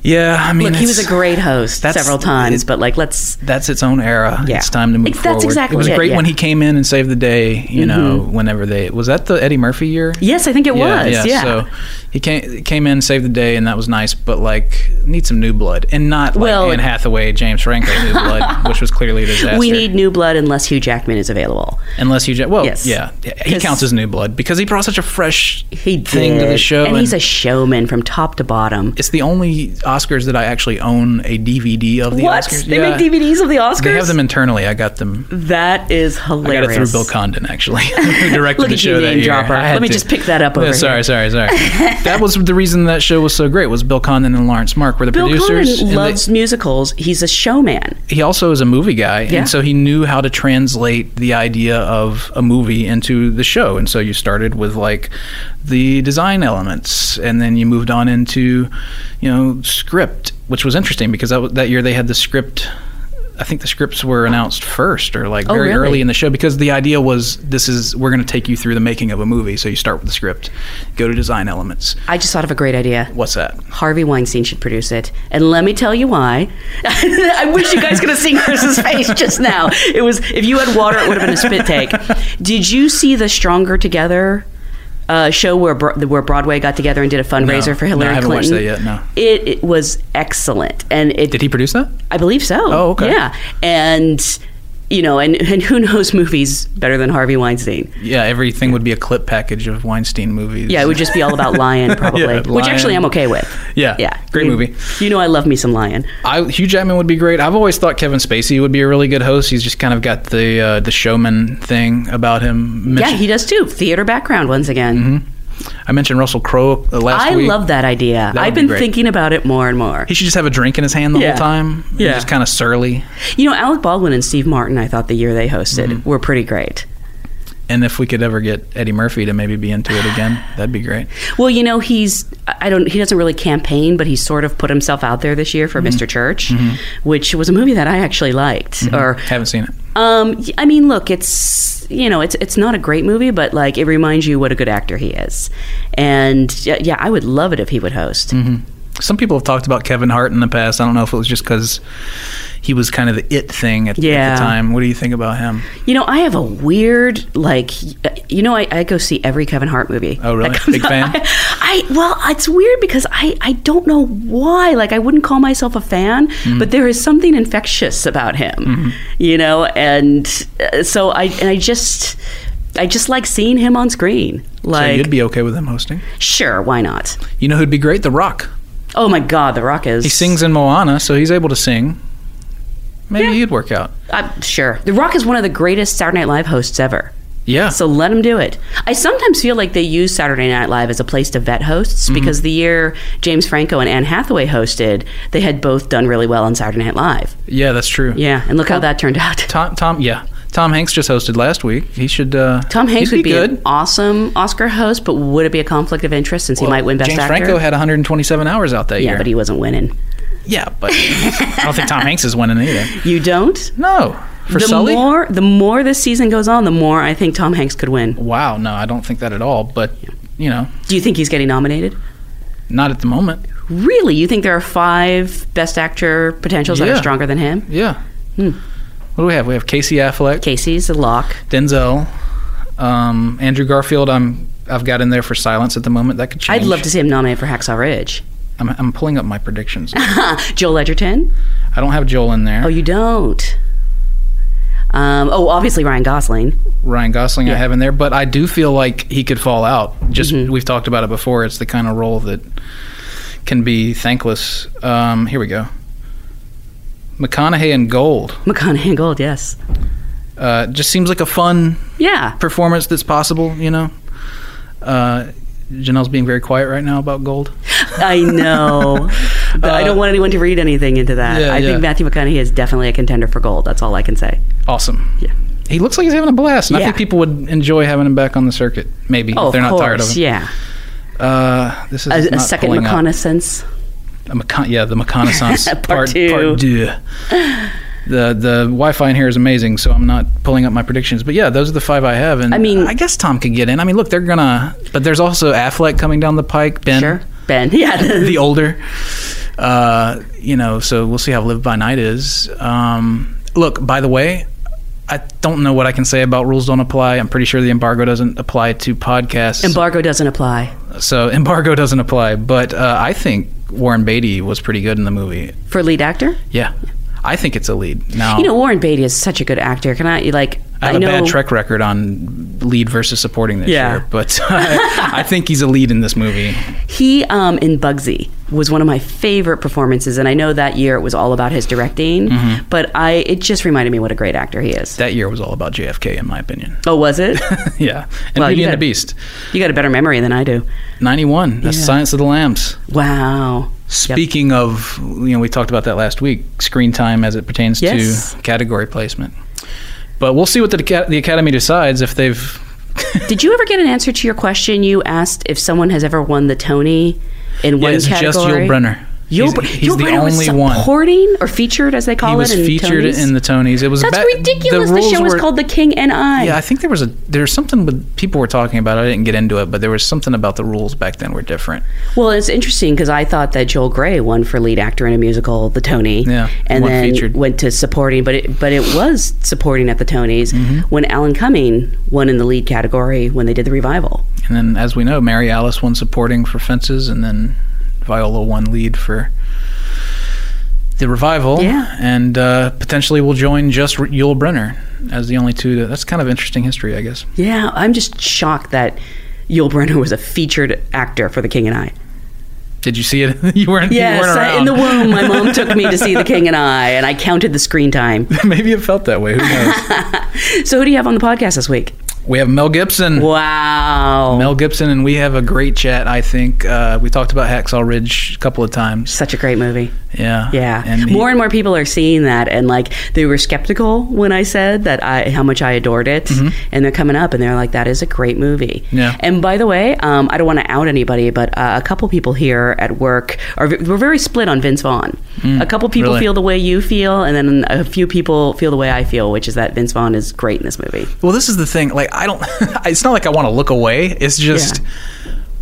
[SPEAKER 1] Yeah, I mean,
[SPEAKER 2] Look, he was
[SPEAKER 1] it's-
[SPEAKER 2] a great host
[SPEAKER 1] that's-
[SPEAKER 2] several times,
[SPEAKER 1] it-
[SPEAKER 2] but like let's
[SPEAKER 1] That's its own era.
[SPEAKER 2] Yeah.
[SPEAKER 1] It's time to move
[SPEAKER 2] It's- that's
[SPEAKER 1] forward.
[SPEAKER 2] exactly
[SPEAKER 1] It was
[SPEAKER 2] it,
[SPEAKER 1] great
[SPEAKER 2] yeah. Mm-hmm.
[SPEAKER 1] when he came in and saved the day. You know, whenever they was that the Eddie Murphy year.
[SPEAKER 2] Yes, I think it was. Yeah.
[SPEAKER 1] So he came came in, saved the day, and that was nice. But like, need some new blood, and not like
[SPEAKER 2] Well-
[SPEAKER 1] Anne Hathaway, James Franco new blood, which was clearly a disaster.
[SPEAKER 2] We need new blood unless Hugh Jackman is available.
[SPEAKER 1] unless you just well,
[SPEAKER 2] Yes.
[SPEAKER 1] yeah, yeah, he
[SPEAKER 2] 'Cause-
[SPEAKER 1] counts as new blood because he brought such a fresh
[SPEAKER 2] He
[SPEAKER 1] thing to the
[SPEAKER 2] did.
[SPEAKER 1] show,
[SPEAKER 2] and, he's a showman from top to bottom.
[SPEAKER 1] it's the only Oscars that I actually own a DVD of the
[SPEAKER 2] what?
[SPEAKER 1] Oscars.
[SPEAKER 2] They
[SPEAKER 1] Yeah.
[SPEAKER 2] make DVDs of the Oscars.
[SPEAKER 1] They have them internally. I got them.
[SPEAKER 2] That is
[SPEAKER 1] I
[SPEAKER 2] hilarious.
[SPEAKER 1] got it through Bill Condon, actually, who directed
[SPEAKER 2] Look
[SPEAKER 1] the
[SPEAKER 2] at
[SPEAKER 1] show
[SPEAKER 2] you,
[SPEAKER 1] that
[SPEAKER 2] name
[SPEAKER 1] year.
[SPEAKER 2] dropper.
[SPEAKER 1] I had
[SPEAKER 2] Let me
[SPEAKER 1] to-
[SPEAKER 2] just pick that up over
[SPEAKER 1] Yeah,
[SPEAKER 2] here.
[SPEAKER 1] sorry, sorry, sorry. that was the reason that show was so great. Was Bill Condon and Lawrence Mark were the
[SPEAKER 2] Bill
[SPEAKER 1] producers.
[SPEAKER 2] Condon
[SPEAKER 1] and
[SPEAKER 2] loves musicals. He's a showman.
[SPEAKER 1] they- he also is a movie guy,
[SPEAKER 2] Yeah.
[SPEAKER 1] and so he knew how to translate the idea of a movie into the show. And so you started with like the design elements, and then you moved on into you know script, which was interesting because that, wa- that year they had the script. I think the scripts were announced first or like very
[SPEAKER 2] Oh, really?
[SPEAKER 1] early in the show because the idea was this is we're going to take you through the making of a movie. So you start with the script, go to design elements.
[SPEAKER 2] I just thought of a great idea.
[SPEAKER 1] What's that?
[SPEAKER 2] Harvey Weinstein should produce it. And let me tell you why. I wish you guys could have seen Chris's face just now. It was if you had water, it would have been a spit take. Did you see the Stronger Together uh, show where Bro- where Broadway got together and did a fundraiser
[SPEAKER 1] No.
[SPEAKER 2] for
[SPEAKER 1] No, I
[SPEAKER 2] Hillary
[SPEAKER 1] haven't watched
[SPEAKER 2] Clinton?
[SPEAKER 1] that yet, no.
[SPEAKER 2] It, it was excellent, and it
[SPEAKER 1] Did he produce that?
[SPEAKER 2] I believe so.
[SPEAKER 1] Oh, okay.
[SPEAKER 2] Yeah, and. You know, and, and who knows movies better than Harvey Weinstein?
[SPEAKER 1] Yeah, everything would be a clip package of Weinstein movies.
[SPEAKER 2] Yeah, it would just be all about Lion, probably, which
[SPEAKER 1] Lion.
[SPEAKER 2] actually I'm okay with.
[SPEAKER 1] Yeah,
[SPEAKER 2] yeah,
[SPEAKER 1] great
[SPEAKER 2] You-
[SPEAKER 1] movie.
[SPEAKER 2] You know, I love me some Lion.
[SPEAKER 1] I, Hugh Jackman would be great. I've always thought Kevin Spacey would be a really good host. He's just kind of got the uh, the showman thing about him.
[SPEAKER 2] Yeah,
[SPEAKER 1] Mention- Mm-hmm.
[SPEAKER 2] he does too. Theater background once again.
[SPEAKER 1] I mentioned Russell Crowe uh, last
[SPEAKER 2] I
[SPEAKER 1] week.
[SPEAKER 2] love that idea.
[SPEAKER 1] That would
[SPEAKER 2] I've
[SPEAKER 1] be
[SPEAKER 2] been
[SPEAKER 1] great.
[SPEAKER 2] thinking about it more and more.
[SPEAKER 1] He should just have a drink in his hand the
[SPEAKER 2] Yeah.
[SPEAKER 1] whole time. He's
[SPEAKER 2] Yeah.
[SPEAKER 1] just kind of surly.
[SPEAKER 2] You know, Alec Baldwin and Steve Martin, I thought the year they hosted
[SPEAKER 1] Mm-hmm.
[SPEAKER 2] were pretty great.
[SPEAKER 1] And if we could ever get Eddie Murphy to maybe be into it again, that'd be great.
[SPEAKER 2] Well, you know, he's I I don't he doesn't really campaign, but he sort of put himself out there this
[SPEAKER 1] Mm-hmm.
[SPEAKER 2] year for Mr. Church, which was a movie that I actually liked.
[SPEAKER 1] Mm-hmm.
[SPEAKER 2] Or
[SPEAKER 1] Haven't seen it.
[SPEAKER 2] um y- I mean, look, it's you know, it's it's not a great movie, but like it reminds you what a good actor he is. And y- yeah, I would love it if he would host.
[SPEAKER 1] Mm-hmm. Some people have talked about Kevin Hart in the past. I don't know if it was just because he was kind of the it thing at, at
[SPEAKER 2] Yeah.
[SPEAKER 1] the time. What do you think about him?
[SPEAKER 2] You know, I have a weird like. You know, I, I go see every Kevin Hart movie.
[SPEAKER 1] Oh, really?
[SPEAKER 2] that comes
[SPEAKER 1] Big
[SPEAKER 2] out.
[SPEAKER 1] fan?
[SPEAKER 2] I, I well, it's weird because I I don't know why. Like, I wouldn't call myself a fan,
[SPEAKER 1] Mm-hmm.
[SPEAKER 2] but there is something infectious about him. You know, and uh, so I and I just I just like seeing him on screen.
[SPEAKER 1] so
[SPEAKER 2] Like,
[SPEAKER 1] you'd be okay with him hosting?
[SPEAKER 2] sure, why not?
[SPEAKER 1] You know who'd be great? The Rock.
[SPEAKER 2] Oh my God, The Rock is
[SPEAKER 1] He sings in Moana, so he's able to sing. Maybe
[SPEAKER 2] Yeah.
[SPEAKER 1] he'd work out.
[SPEAKER 2] I'm sure The Rock is one of the greatest Saturday Night Live hosts ever.
[SPEAKER 1] Yeah.
[SPEAKER 2] So let them do it. I sometimes feel like they use Saturday Night Live as a place to vet hosts
[SPEAKER 1] Mm-hmm.
[SPEAKER 2] because the year James Franco and Anne Hathaway hosted, they had both done really well on Saturday Night Live.
[SPEAKER 1] yeah, that's true.
[SPEAKER 2] Yeah, and
[SPEAKER 1] Oh.
[SPEAKER 2] look how that turned out.
[SPEAKER 1] Tom, Tom, yeah. Tom Hanks just hosted last week. He should. Uh,
[SPEAKER 2] Tom Hanks
[SPEAKER 1] he'd
[SPEAKER 2] would be, an
[SPEAKER 1] good.
[SPEAKER 2] awesome Oscar host, but would it be a conflict of interest since he might win Best
[SPEAKER 1] James
[SPEAKER 2] Actor?
[SPEAKER 1] Franco had 127 hours out that
[SPEAKER 2] yeah,
[SPEAKER 1] year.
[SPEAKER 2] but he wasn't winning.
[SPEAKER 1] yeah, but I don't think Tom Hanks is winning either.
[SPEAKER 2] You don't.
[SPEAKER 1] No, for
[SPEAKER 2] the
[SPEAKER 1] Sully.
[SPEAKER 2] more the more this season goes on, the more I think Tom Hanks could win.
[SPEAKER 1] wow, no, I don't think that at all. But you know,
[SPEAKER 2] Do you think he's getting nominated?
[SPEAKER 1] not at the moment.
[SPEAKER 2] Really? You think there are five Best Actor potentials that
[SPEAKER 1] Yeah.
[SPEAKER 2] are stronger than him?
[SPEAKER 1] Yeah.
[SPEAKER 2] Hmm.
[SPEAKER 1] What do we have? We have Casey Affleck,
[SPEAKER 2] Casey's a lock.
[SPEAKER 1] Denzel, um, Andrew Garfield. I'm I've got in there for silence at the moment. That could change.
[SPEAKER 2] I'd love to see him nominated for Hacksaw Ridge. Uh,
[SPEAKER 1] I'm, I'm pulling up my predictions.
[SPEAKER 2] Joel Edgerton?
[SPEAKER 1] I don't have Joel in there.
[SPEAKER 2] Oh, you don't. Um, oh, obviously Ryan Gosling.
[SPEAKER 1] Ryan Gosling I
[SPEAKER 2] Yeah. Mm-hmm.
[SPEAKER 1] have in there, but I do feel like he could fall out. Just we've talked about it before. It's the kind of role that can be thankless. Um, here we go. McConaughey in Gold
[SPEAKER 2] McConaughey and Gold, yes.
[SPEAKER 1] uh, just seems like a fun
[SPEAKER 2] Yeah.
[SPEAKER 1] performance that's possible. You know, uh, Janelle's being very quiet right now about Gold.
[SPEAKER 2] I know. But I don't want anyone to read anything into that.
[SPEAKER 1] Yeah,
[SPEAKER 2] I
[SPEAKER 1] yeah.
[SPEAKER 2] think Matthew McConaughey is definitely a contender for gold. That's all I can say.
[SPEAKER 1] Awesome.
[SPEAKER 2] Yeah.
[SPEAKER 1] He looks like he's having a blast, and I
[SPEAKER 2] Yeah.
[SPEAKER 1] think people would enjoy having him back on the circuit. Maybe
[SPEAKER 2] Oh,
[SPEAKER 1] if they're
[SPEAKER 2] of
[SPEAKER 1] not
[SPEAKER 2] course.
[SPEAKER 1] tired of him.
[SPEAKER 2] yeah.
[SPEAKER 1] Uh, this is
[SPEAKER 2] A, a
[SPEAKER 1] not
[SPEAKER 2] second
[SPEAKER 1] pulling up.
[SPEAKER 2] reconnaissance.
[SPEAKER 1] A mecon- yeah, the reconnaissance
[SPEAKER 2] Part two.
[SPEAKER 1] Part two. the the Wi-Fi in here is amazing, so I'm not pulling up my predictions. But yeah, those are the five I have, and
[SPEAKER 2] I mean-
[SPEAKER 1] I guess Tom could get in. I mean, look, they're gonna, but there's also Affleck coming down the pike, Ben,
[SPEAKER 2] Sure. Ben. Yeah.
[SPEAKER 1] the older, uh, you know. So we'll see how Live by Night is. Um, look, by the way. I don't know what I can say about rules don't apply. I'm pretty sure the embargo doesn't apply to podcasts.
[SPEAKER 2] Embargo doesn't apply.
[SPEAKER 1] So embargo doesn't apply, but uh, I think Warren Beatty was pretty good in the movie.
[SPEAKER 2] For lead actor?
[SPEAKER 1] Yeah, I think it's a lead. Now
[SPEAKER 2] You know, Warren Beatty is such a good actor. Can I, like,
[SPEAKER 1] I have
[SPEAKER 2] I
[SPEAKER 1] a
[SPEAKER 2] know.
[SPEAKER 1] bad track record on lead versus supporting this
[SPEAKER 2] Yeah.
[SPEAKER 1] year, but I, I think he's a lead in this movie.
[SPEAKER 2] He um, in Bugsy was one of my favorite performances, and I know that year it was all about his directing.
[SPEAKER 1] Mm-hmm.
[SPEAKER 2] But I, it just reminded me what a great actor he is.
[SPEAKER 1] That year was all about JFK, in my opinion.
[SPEAKER 2] oh, was it?
[SPEAKER 1] yeah, and
[SPEAKER 2] Well,
[SPEAKER 1] Beauty
[SPEAKER 2] you
[SPEAKER 1] and the
[SPEAKER 2] got-
[SPEAKER 1] Beast,
[SPEAKER 2] you got a better memory than I do.
[SPEAKER 1] ninety-one. That's
[SPEAKER 2] Yeah.
[SPEAKER 1] Silence of the Lambs.
[SPEAKER 2] Wow.
[SPEAKER 1] Speaking of, you know, we talked about that last week. Screen time as it pertains
[SPEAKER 2] Yes.
[SPEAKER 1] to category placement, but we'll see what the, Aca- the Academy decides if they've.
[SPEAKER 2] Did you ever get an answer to your question? You asked if someone has ever won the Tony in
[SPEAKER 1] Yeah,
[SPEAKER 2] one
[SPEAKER 1] it's
[SPEAKER 2] category.
[SPEAKER 1] just Yul Brynner.
[SPEAKER 2] Yul,
[SPEAKER 1] he's
[SPEAKER 2] Br-
[SPEAKER 1] he's
[SPEAKER 2] Yul
[SPEAKER 1] the
[SPEAKER 2] Brynner was
[SPEAKER 1] only one.
[SPEAKER 2] supporting or featured, as they call
[SPEAKER 1] He
[SPEAKER 2] it.
[SPEAKER 1] was
[SPEAKER 2] in
[SPEAKER 1] featured
[SPEAKER 2] Tonys?
[SPEAKER 1] in the Tonys. It was
[SPEAKER 2] That's
[SPEAKER 1] ba-
[SPEAKER 2] ridiculous. The,
[SPEAKER 1] rules
[SPEAKER 2] show
[SPEAKER 1] were-
[SPEAKER 2] is called The King and I.
[SPEAKER 1] Yeah, I think there was a there's something with people were talking about. it. I didn't get into it, but there was something about the rules back then were different.
[SPEAKER 2] Well, it's interesting because I thought that Joel Gray won for lead actor in a musical, the Tony,
[SPEAKER 1] Yeah,
[SPEAKER 2] and
[SPEAKER 1] one
[SPEAKER 2] then
[SPEAKER 1] featured.
[SPEAKER 2] went to supporting. But it, but it was supporting at the Tonys
[SPEAKER 1] Mm-hmm.
[SPEAKER 2] when Alan Cumming won in the lead category when they did the revival.
[SPEAKER 1] And then, as we know, Mary Alice won supporting for Fences, and then Viola won lead for the revival.
[SPEAKER 2] Yeah.
[SPEAKER 1] and uh, potentially will join just R- Yul Brynner as the only two. To, that's kind of interesting history, I guess.
[SPEAKER 2] Yeah, I'm just shocked that Yul Brynner was a featured actor for The King and I.
[SPEAKER 1] Did you see it? you weren't. you
[SPEAKER 2] Yes,
[SPEAKER 1] weren't
[SPEAKER 2] I,
[SPEAKER 1] around.
[SPEAKER 2] in the womb, my mom took me to see The King and I, and I counted the screen time.
[SPEAKER 1] Maybe it felt that way. Who knows?
[SPEAKER 2] So who do you have on the podcast this week?
[SPEAKER 1] we have Mel Gibson.
[SPEAKER 2] Wow,
[SPEAKER 1] Mel Gibson and we have a great chat. I think uh, we talked about Hacksaw Ridge a couple of times.
[SPEAKER 2] such a great movie.
[SPEAKER 1] Yeah,
[SPEAKER 2] Yeah.
[SPEAKER 1] And he-
[SPEAKER 2] more and more people are seeing that and like they were skeptical when I said that I how much I adored it and they're coming up and they're like that is a great movie.
[SPEAKER 1] Mm-hmm. Yeah.
[SPEAKER 2] And by the way, um, I don't want to out anybody but uh, a couple people here at work are we're very split on Vince Vaughn. a couple people
[SPEAKER 1] Mm, really?
[SPEAKER 2] feel the way you feel and then a few people feel the way I feel, which is that Vince Vaughn is great in this movie.
[SPEAKER 1] well, this is the thing. Like, I don't. it's not like I want to look away. It's just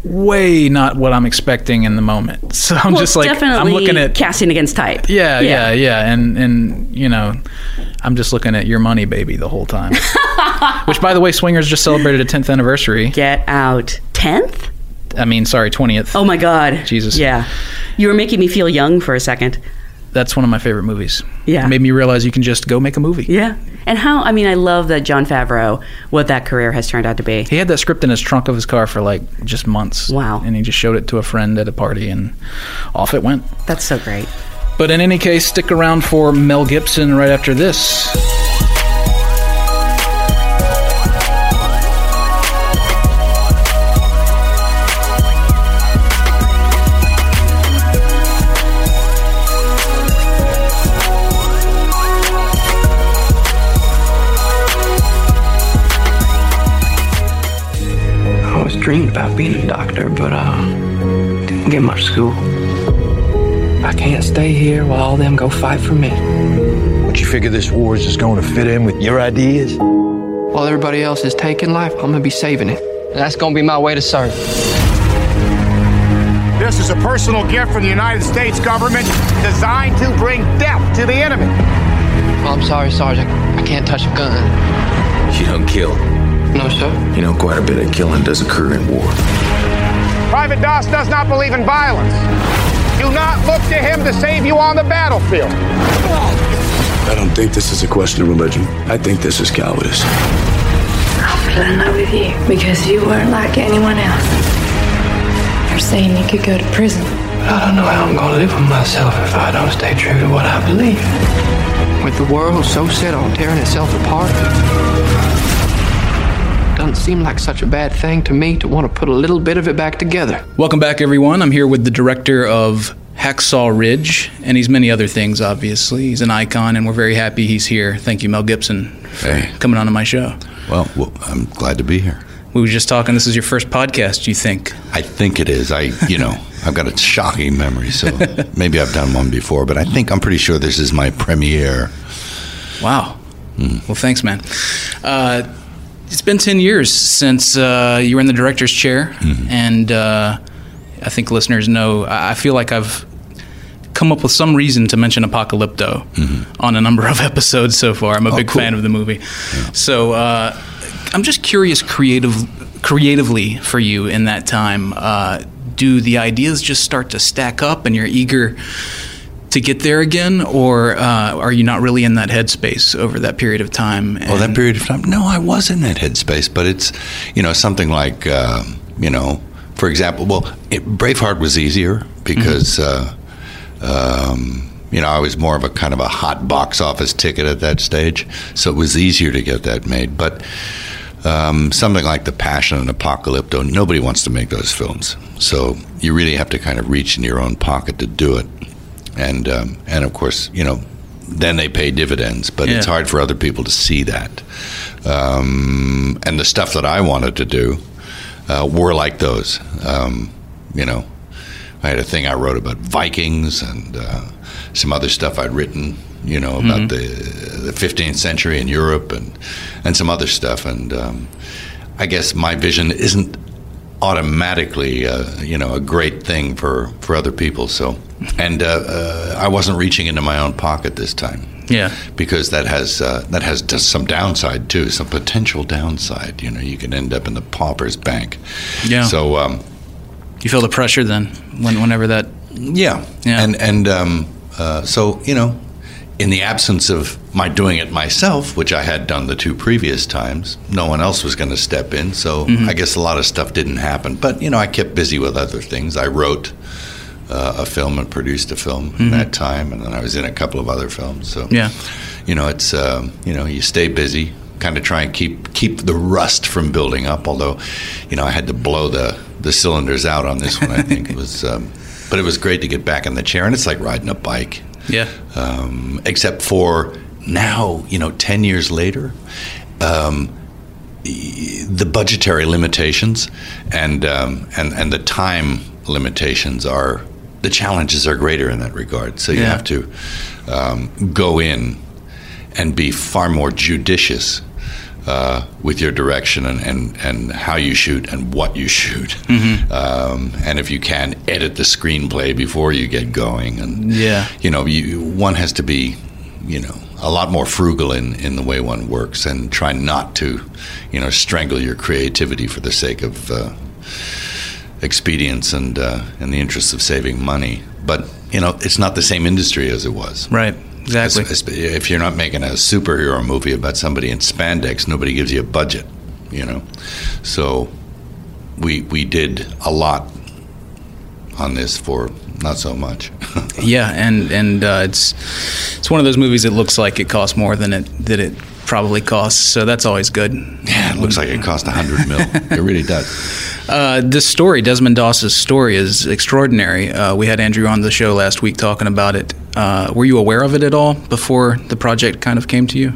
[SPEAKER 1] way not what I'm expecting in the moment. So I'm
[SPEAKER 2] well,
[SPEAKER 1] just
[SPEAKER 2] it's
[SPEAKER 1] like I'm
[SPEAKER 2] definitely
[SPEAKER 1] looking at.
[SPEAKER 2] casting against type.
[SPEAKER 1] yeah, yeah, yeah, and and you know, I'm just looking at your money, baby, the whole time. Which, by the way, Swingers just celebrated a 10th anniversary.
[SPEAKER 2] Get out. 10th?
[SPEAKER 1] I mean, sorry, 20th.
[SPEAKER 2] Oh my god.
[SPEAKER 1] Jesus.
[SPEAKER 2] Yeah. You were making me feel young for a second.
[SPEAKER 1] That's one of my favorite movies.
[SPEAKER 2] Yeah.
[SPEAKER 1] it made me realize you can just go make a movie.
[SPEAKER 2] Yeah. And how, I mean, I love that John Favreau, what that career has turned out to be.
[SPEAKER 1] He had that script in his trunk of his car for like just months.
[SPEAKER 2] Wow.
[SPEAKER 1] And he just showed it to a friend at a party and off it went.
[SPEAKER 2] That's so great.
[SPEAKER 1] But in any case, stick around for Mel Gibson right after this.
[SPEAKER 4] I always dreamed about being a doctor, but uh, didn't get much school. I can't stay here while all them go fight for me.
[SPEAKER 5] Don't you figure this war is just going to fit in with your ideas?
[SPEAKER 4] While everybody else is taking life, I'm gonna be saving it. And that's gonna be my way to serve.
[SPEAKER 6] This is a personal gift from the United States government designed to bring death to the enemy.
[SPEAKER 4] Well, I'm sorry, Sergeant. I can't touch a gun.
[SPEAKER 7] You don't kill.
[SPEAKER 4] No, sir.
[SPEAKER 7] You know, quite a bit of killing does occur in war.
[SPEAKER 6] Private Doss does not believe in violence. Do not look to him to save you on the battlefield.
[SPEAKER 7] I don't think this is a question of religion. I think this is cowardice.
[SPEAKER 8] I fell in love with you because you weren't like anyone else. They're saying you could go to prison.
[SPEAKER 4] I don't know how I'm gonna live with myself if I don't stay true to what I believe. With the world so set on tearing itself apart, doesn't seem like such a bad thing to me to want to put a little bit of it back together.
[SPEAKER 1] Welcome back, everyone. I'm here with the director of Hacksaw Ridge, and he's many other things, obviously. He's an icon, and we're very happy he's here. Thank you, Mel Gibson, for
[SPEAKER 9] Hey.
[SPEAKER 1] coming on to my show.
[SPEAKER 9] Well, well, I'm glad to be here.
[SPEAKER 1] We were just talking, this is your first podcast, you think?
[SPEAKER 9] I think it is. I, you know, I've got a shocking memory, so maybe I've done one before, but I think I'm pretty sure this is my premiere
[SPEAKER 1] Wow. Well, thanks, man. Uh, it's been 10 years since uh, you were in the director's chair, and uh, I think listeners know I I feel like I've come up with some reason to mention Apocalypto on a number of episodes so far. I'm a big
[SPEAKER 9] cool.
[SPEAKER 1] fan of the movie. So uh, I'm just curious creative, creatively for you in that time. Uh, do the ideas just start to stack up and you're eager to get there again, or uh, are you not really in that headspace over that period of time?
[SPEAKER 9] Well, Oh, that
[SPEAKER 1] And-
[SPEAKER 9] period of time, no, I was in that headspace, but it's, you know, something like, uh, you know, for example, well, it, Braveheart was easier because, uh, um, you know, I was more of a kind of a hot box office ticket at that stage, so it was easier to get that made. But um, something like The Passion and Apocalypto, nobody wants to make those films, so you really have to kind of reach in your own pocket to do it, and um, and of course, you know. Then they pay dividends, but it's
[SPEAKER 1] Yeah.
[SPEAKER 9] hard for other people to see that um, and the stuff that I wanted to do uh, were like those. Um, you know, I had a thing I wrote about Vikings and uh, some other stuff I'd written. You know about the the 15th century in Europe and and some other stuff. And um, I guess my vision isn't automatically uh, you know a great thing for for other people. So and uh, uh, I wasn't reaching into my own pocket this time
[SPEAKER 1] Yeah.
[SPEAKER 9] because that has uh, that has just some downside too, some potential downside. You know, you can end up in the pauper's bank.
[SPEAKER 1] Yeah.
[SPEAKER 9] So um,
[SPEAKER 1] You feel the pressure then, when, whenever that.
[SPEAKER 9] yeah,
[SPEAKER 1] Yeah.
[SPEAKER 9] and and um, uh, so you know, in the absence of my doing it myself, which I had done the two previous times, no one else was going to step in. So
[SPEAKER 1] Mm-hmm.
[SPEAKER 9] I guess a lot of stuff didn't happen. But you know, I kept busy with other things. I wrote. Uh, a film and produced a film in that time, and then I was in a couple of other films. So
[SPEAKER 1] Mm-hmm. Yeah.
[SPEAKER 9] you know it's um, you know you stay busy kind of try and keep keep the rust from building up although you know i had to blow the the cylinders out on this one i think it was um, but it was great to get back in the chair and it's like riding a bike
[SPEAKER 1] Yeah.
[SPEAKER 9] um, except for now you know 10 years later um, the budgetary limitations and um, and and the time limitations are the challenges are greater in that regard. So you
[SPEAKER 1] Yeah.
[SPEAKER 9] have to um, go in and be far more judicious uh, with your direction and, and and how you shoot and what you shoot. Um, and if you can edit the screenplay before you get going and
[SPEAKER 1] Yeah.
[SPEAKER 9] you know you one has to be you know a lot more frugal in, in the way one works and try not to you know strangle your creativity for the sake of uh, expedience and uh, in the interest of saving money but you know it's not the same industry as it was
[SPEAKER 1] Right. Exactly.
[SPEAKER 9] Es- es- if you're not making a superhero movie about somebody in spandex nobody gives you a budget you know so we we did a lot on this for not so much
[SPEAKER 1] Yeah, and and uh, it's it's one of those movies that looks like it costs more than it that it probably costs. So that's always good.
[SPEAKER 9] Yeah, it looks like it cost a hundred mil. It really does.
[SPEAKER 1] Uh, this story, Desmond Doss's story, is extraordinary. Uh, we had Andrew on the show last week talking about it. Uh, were you aware of it at all before the project kind of came to you?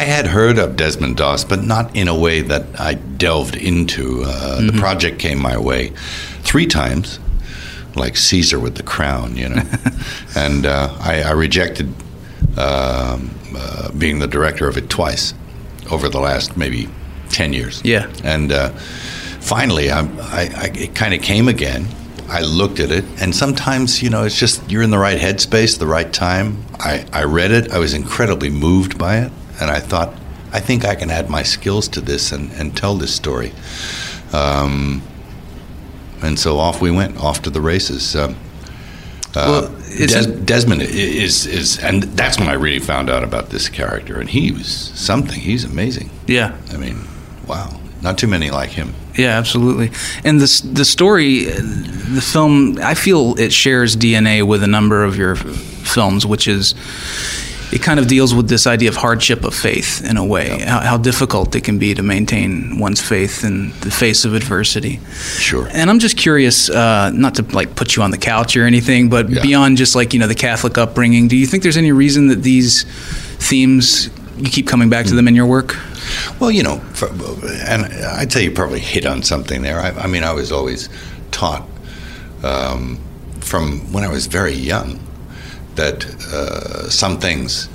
[SPEAKER 9] I had heard of Desmond Doss, but not in a way that I delved into. Uh, The project came my way three times, like Caesar with the crown, you know. and uh, I, I rejected um, uh, being the director of it twice over the last maybe ten years.
[SPEAKER 1] Yeah.
[SPEAKER 9] and uh, finally, I, I, I it kind of came again. I looked at it, and sometimes you know it's just you're in the right headspace, the right time. I, I read it. I was incredibly moved by it, and I thought, I think I can add my skills to this and, and tell this story. Um, and so off we went, off to the races. Um,
[SPEAKER 1] well, it's
[SPEAKER 9] Des- Desmond i- is is, and that's when I really found out about this character, and he was something. He's amazing.
[SPEAKER 1] yeah,
[SPEAKER 9] I mean, wow, not too many like him.
[SPEAKER 1] yeah, absolutely. And this the story, uh, the film, I feel it shares DNA with a number of your f- films, which is. It kind of deals with this idea of hardship of faith in a way, how, how difficult it can be to maintain one's faith in the face of adversity.
[SPEAKER 9] Sure.
[SPEAKER 1] And I'm just curious, uh, not to like put you on the couch or anything, but
[SPEAKER 9] Yeah.
[SPEAKER 1] beyond just like you know the Catholic upbringing, do you think there's any reason that these themes you keep coming back to them in your work?
[SPEAKER 9] Well, you know, for, and I'd say you probably hit on something there. I, I mean, I was always taught um, from when I was very young that uh, some things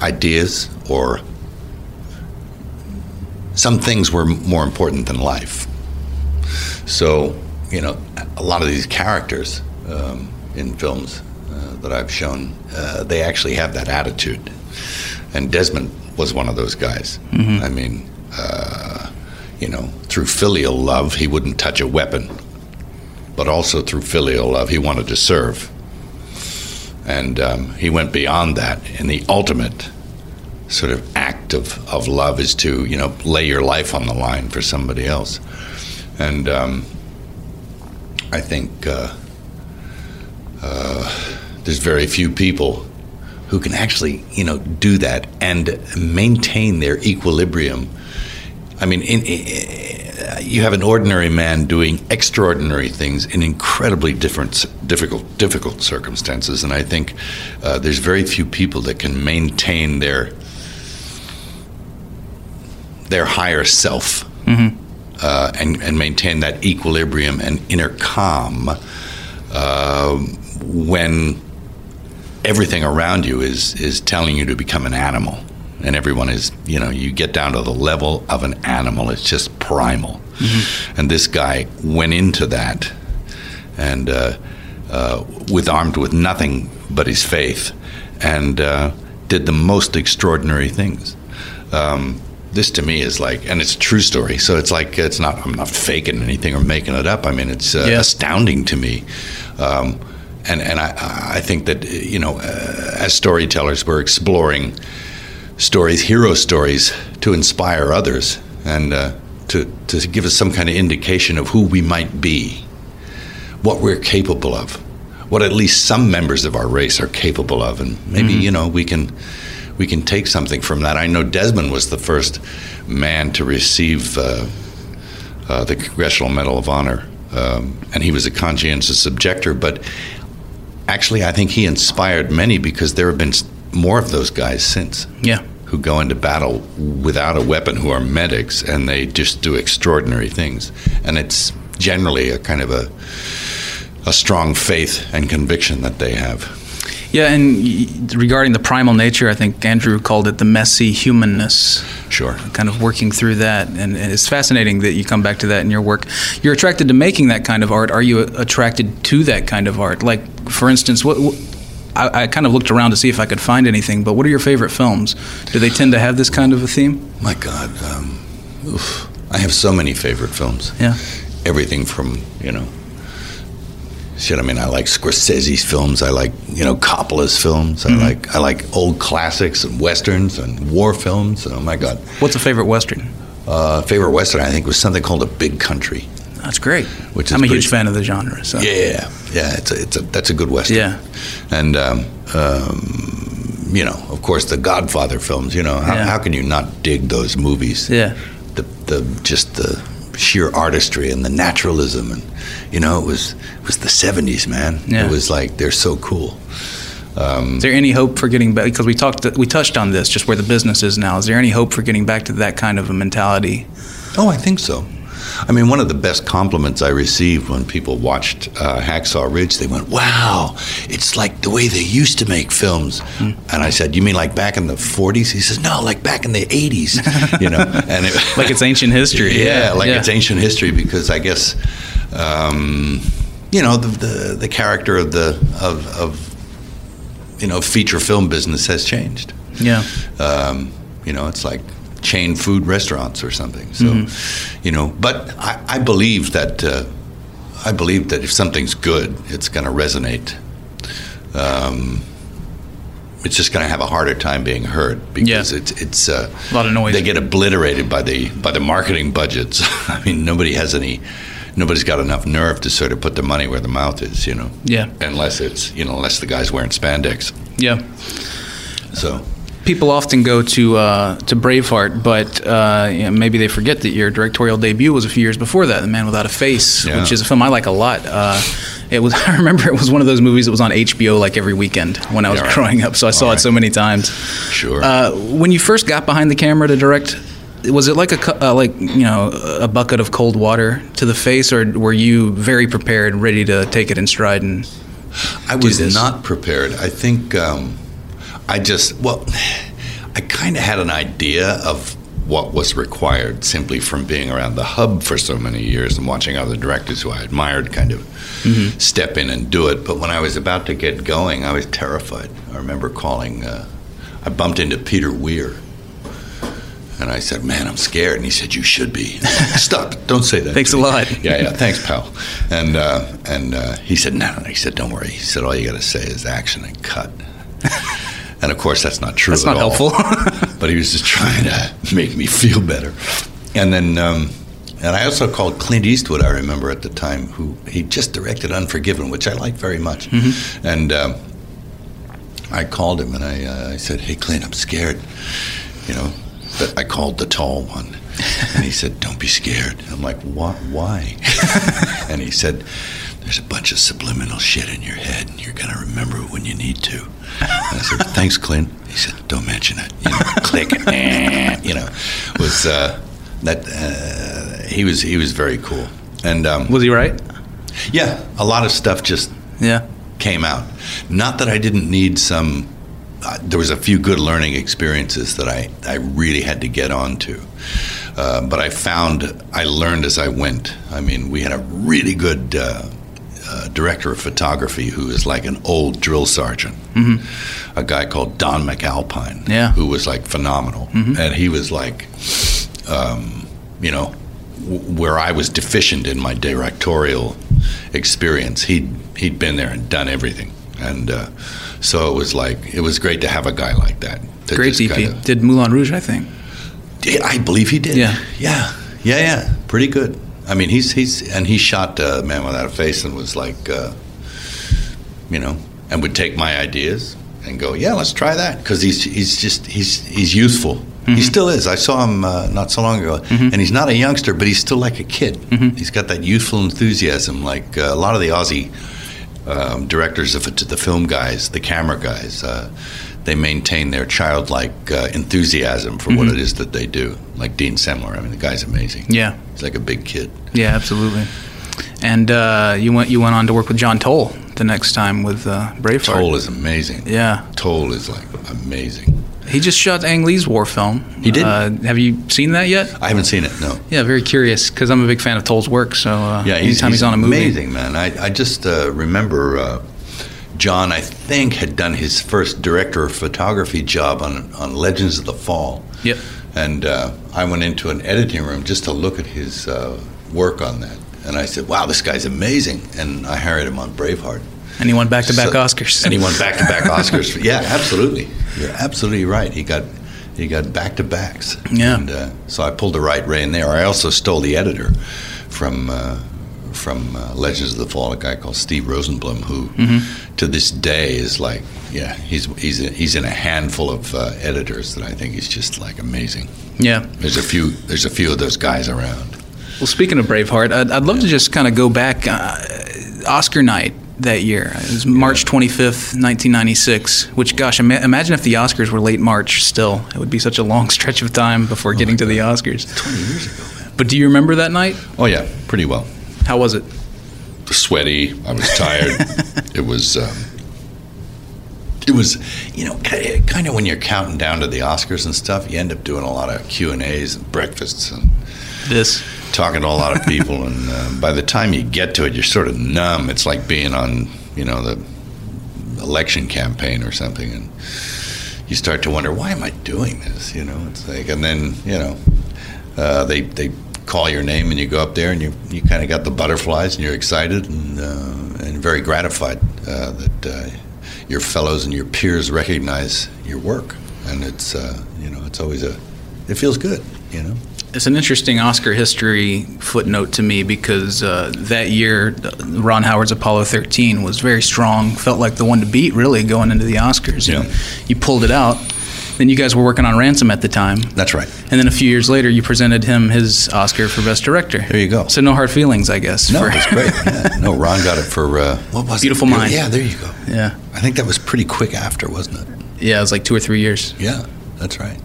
[SPEAKER 9] ideas or some things were more important than life. So, you know, a lot of these characters um, in films uh, that I've shown, uh, they actually have that attitude. And Desmond was one of those guys. I mean, uh, you know, through filial love, he wouldn't touch a weapon, but also through filial love, he wanted to serve. And um, he went beyond that in the ultimate sort of act of, of love is to you know lay your life on the line for somebody else and um, I think uh, uh, there's very few people who can actually you know do that and maintain their equilibrium I mean in, i i you have an ordinary man doing extraordinary things in incredibly different s- difficult difficult circumstances and I think uh, there's very few people that can maintain their their higher self uh, and, and maintain that equilibrium and inner calm uh, when everything around you is, is telling you to become an animal. And everyone is, you know, you get down to the level of an animal. It's just primal. And this guy went into that and uh, uh, with armed with nothing but his faith and uh, did the most extraordinary things um, this to me is like, and it's a true story. So it's like, it's not, I'm not faking anything or making it up. I mean, it's uh,
[SPEAKER 1] Yeah.
[SPEAKER 9] astounding to me. Um, and and I, I think that, you know, uh, as storytellers, we're exploring stories, hero stories, to inspire others and uh, to, to give us some kind of indication of who we might be, what we're capable of, what at least some members of our race are capable of. And maybe, you know, we can we can take something from that. I know Desmond was the first man to receive uh, uh, the Congressional Medal of Honor, um, and he was a conscientious objector. But actually, I think he inspired many because there have been s- more of those guys since
[SPEAKER 1] Yeah.
[SPEAKER 9] who go into battle without a weapon, who are medics, and they just do extraordinary things. And it's generally a kind of a a strong faith and conviction that they have.
[SPEAKER 1] Yeah, and y- regarding the primal nature, I think Andrew called it the messy humanness.
[SPEAKER 9] Sure.
[SPEAKER 1] Kind of working through that, and, and it's fascinating that you come back to that in your work. You're attracted to making that kind of art. Are you a- attracted to that kind of art? Like, for instance, what? what I, I kind of looked around to see if I could find anything, but what are your favorite films? Do they tend to have this kind of a theme?
[SPEAKER 9] My God, um, oof. I have so many favorite films.
[SPEAKER 1] Yeah.
[SPEAKER 9] everything from you know shit i mean i like scorsese's films i like you know coppola's films i like i like old classics and westerns and war films and oh my god
[SPEAKER 1] What's a favorite western?
[SPEAKER 9] uh, favorite western i think was something called a big country
[SPEAKER 1] That's great.
[SPEAKER 9] Which is
[SPEAKER 1] I'm a huge
[SPEAKER 9] pretty-
[SPEAKER 1] fan of the genre. So.
[SPEAKER 9] yeah yeah it's a, it's a that's a good western
[SPEAKER 1] Yeah.
[SPEAKER 9] and um, um, you know of course the godfather films you know how,
[SPEAKER 1] Yeah.
[SPEAKER 9] how can you not dig those movies
[SPEAKER 1] Yeah.
[SPEAKER 9] the, the just the sheer artistry and the naturalism and you know it was it was the 70s man
[SPEAKER 1] Yeah.
[SPEAKER 9] it was like they're so cool
[SPEAKER 1] Is there any hope for getting back? Because we talked, we touched on this, just where the business is now. Is there any hope for getting back to that kind of a mentality?
[SPEAKER 9] oh i think so i mean one of the best compliments i received when people watched uh, hacksaw ridge they went wow it's like the way they used to make films
[SPEAKER 1] Hmm.
[SPEAKER 9] and i said you mean like back in the 40s he says no like back in the 80s you know and it,
[SPEAKER 1] Like it's ancient history.
[SPEAKER 9] Yeah, like
[SPEAKER 1] yeah.
[SPEAKER 9] it's ancient history because I guess, um, you know, the, the the character of the of of you know feature film business has changed.
[SPEAKER 1] Yeah.
[SPEAKER 9] Um, you know, it's like chain food restaurants or something. So,
[SPEAKER 1] Mm-hmm.
[SPEAKER 9] you know, but I, I believe that uh, I believe that if something's good, it's going to resonate. Um, it's just going to have a harder time being heard because
[SPEAKER 1] Yeah.
[SPEAKER 9] it's it's uh,
[SPEAKER 1] A lot of noise.
[SPEAKER 9] They get obliterated by the by the marketing budgets. I mean, nobody has any, nobody's got enough nerve to sort of put their money where the mouth is, you know.
[SPEAKER 1] Yeah.
[SPEAKER 9] Unless it's you know unless the guy's wearing spandex.
[SPEAKER 1] Yeah.
[SPEAKER 9] So
[SPEAKER 1] People often go to uh, to Braveheart, but uh, you know, maybe they forget that your directorial debut was a few years before that, The Man Without a Face,
[SPEAKER 9] Yeah.
[SPEAKER 1] which is a film I like a lot. Uh, it was I remember it was one of those movies that was on HBO like every weekend when I was
[SPEAKER 9] Yeah, right.
[SPEAKER 1] growing up, so I saw
[SPEAKER 9] All
[SPEAKER 1] it
[SPEAKER 9] right.
[SPEAKER 1] so many times.
[SPEAKER 9] sure.
[SPEAKER 1] Uh, when you first got behind the camera to direct, was it like a cu- uh, like you know a bucket of cold water to the face, or were you very prepared, ready to take it in stride? And
[SPEAKER 9] I was
[SPEAKER 1] this?
[SPEAKER 9] not prepared. I think um, I just well, I kind of had an idea of what was required simply from being around the hub for so many years and watching other directors who I admired kind of step in and do it. But when I was about to get going, I was terrified. I remember calling, uh, I bumped into Peter Weir. And I said, "Man, I'm scared." And he said, "You should be." And I said, Stop! Don't say that.
[SPEAKER 1] Thanks
[SPEAKER 9] to
[SPEAKER 1] a
[SPEAKER 9] me."
[SPEAKER 1] lot.
[SPEAKER 9] Yeah, yeah. Thanks, pal. And uh, and uh, he said, "No, no." He said, "Don't worry." He said, "All you got to say is action and cut." and of course, that's not true.
[SPEAKER 1] That's
[SPEAKER 9] at
[SPEAKER 1] not
[SPEAKER 9] all
[SPEAKER 1] helpful.
[SPEAKER 9] but he was just trying to make me feel better. And then, um, and I also called Clint Eastwood. I remember at the time who he just directed Unforgiven, which I like very much.
[SPEAKER 1] Mm-hmm.
[SPEAKER 9] And um, I called him and I, uh, I said, "Hey, Clint, I'm scared." You know, but I called the tall one, and he said, "Don't be scared." I'm like, "What? Why?" and he said, "There's a bunch of subliminal shit in your head, and you're gonna remember it when you need to." And I said, "Thanks, Clint." He said, "Don't mention it." You know, click. eh, you know, was uh, that uh, he was he was very cool, and um,
[SPEAKER 1] Was he right?
[SPEAKER 9] yeah, a lot of stuff just
[SPEAKER 1] Yeah.
[SPEAKER 9] came out. Not that I didn't need some. Uh, there was a few good learning experiences that I, I really had to get onto, uh, but I found I learned as I went. I mean, we had a really good uh, uh, director of photography who was like an old drill sergeant, a guy called Don McAlpine,
[SPEAKER 1] Yeah.
[SPEAKER 9] who was like phenomenal, and he was like, um, you know, w- where I was deficient in my directorial experience, he'd he'd been there and done everything, and uh, so it was like it was great to have a guy like that. to
[SPEAKER 1] Great
[SPEAKER 9] just
[SPEAKER 1] DP.
[SPEAKER 9] kinda-
[SPEAKER 1] Did Moulin Rouge, I think.
[SPEAKER 9] Did- I believe he did.
[SPEAKER 1] Yeah.
[SPEAKER 9] yeah, yeah, yeah. Pretty good. I mean, he's he's and he shot uh, Man Without a Face and was like, uh, you know, and would take my ideas and go, yeah, let's try that because he's he's just he's he's youthful. He still is. I saw him uh, not so long ago, and he's not a youngster, but he's still like a kid. He's got that youthful enthusiasm, like uh, a lot of the Aussie um, directors of it, the film guys, the camera guys, uh, they maintain their childlike uh, enthusiasm for what it is that they do. Like Dean Semler, I mean, the guy's amazing.
[SPEAKER 1] Mm-hmm. Yeah.
[SPEAKER 9] he's like a big kid.
[SPEAKER 1] Yeah, absolutely. And uh, you went you went on to work with John Toll the next time with uh, Braveheart.
[SPEAKER 9] Toll is amazing.
[SPEAKER 1] Yeah,
[SPEAKER 9] Toll is like amazing.
[SPEAKER 1] he just shot Ang Lee's war film.
[SPEAKER 9] He did?
[SPEAKER 1] Uh, have you seen that yet?
[SPEAKER 9] I haven't seen it. No.
[SPEAKER 1] Yeah, very curious because I'm a big fan of Toll's work. So uh,
[SPEAKER 9] Yeah, he's,
[SPEAKER 1] anytime he's, on a movie,
[SPEAKER 9] amazing man. I, I just uh, remember uh, John, I think, had done his first director of photography job on on Legends of the Fall.
[SPEAKER 1] Yep.
[SPEAKER 9] And uh, I went into an editing room just to look at his uh, work on that, and I said, "Wow, this guy's amazing!" And I hired him on Braveheart.
[SPEAKER 1] and he won back to back
[SPEAKER 9] So-
[SPEAKER 1] Oscars.
[SPEAKER 9] And he won back to back Oscars. For, yeah, absolutely. You're absolutely right. He got he got back to backs.
[SPEAKER 1] Yeah.
[SPEAKER 9] And uh, so I pulled the right rein there. I also stole the editor from uh, from uh, Legends of the Fall, a guy called Steve Rosenblum, who
[SPEAKER 1] Mm-hmm.
[SPEAKER 9] to this day is like, yeah, he's he's a, he's in a handful of uh, editors that I think is just like amazing.
[SPEAKER 1] Yeah.
[SPEAKER 9] There's a few there's a few of those guys around.
[SPEAKER 1] Well, speaking of Braveheart, I'd, I'd love to just kind of go back. Uh, Oscar night that year. It was March 25th, 1996, which, gosh, ima- imagine if the Oscars were late March still. It would be such a long stretch of time before getting to the Oscars. 20 years ago, man. But do you remember that night?
[SPEAKER 9] Oh yeah, pretty well.
[SPEAKER 1] How was it?
[SPEAKER 9] sweaty. I was tired. it was. Um, it was, you know, kind of when you're counting down to the Oscars and stuff, you end up doing a lot of Q and A's and breakfasts and
[SPEAKER 1] This.
[SPEAKER 9] talking to a lot of people. and uh, by the time you get to it, you're sort of numb. It's like being on, you know, the election campaign or something, and you start to wonder why am I doing this? You know, it's like, and then you know, uh, they they call your name and you go up there and you you kind of got the butterflies and you're excited and uh, and very gratified uh, that uh, your fellows and your peers recognize your work, and it's uh, you know, it's always a it feels good, you know.
[SPEAKER 1] It's an interesting Oscar history footnote to me because uh, that year, uh, Ron Howard's Apollo 13 was very strong, felt like the one to beat really going into the Oscars.
[SPEAKER 9] Yeah.
[SPEAKER 1] And You pulled it out. Then you guys were working on Ransom at the time.
[SPEAKER 9] That's right.
[SPEAKER 1] And then a few years later, you presented him his Oscar for Best Director.
[SPEAKER 9] There you go.
[SPEAKER 1] So no hard feelings, I guess.
[SPEAKER 9] No,
[SPEAKER 1] for-
[SPEAKER 9] it was great. Yeah. No, Ron got it for uh, what was
[SPEAKER 1] Beautiful
[SPEAKER 9] it?
[SPEAKER 1] Mind.
[SPEAKER 9] Yeah, there you go.
[SPEAKER 1] yeah,
[SPEAKER 9] I think that was pretty quick after, wasn't it?
[SPEAKER 1] yeah, it was like two or three years.
[SPEAKER 9] Yeah, that's right.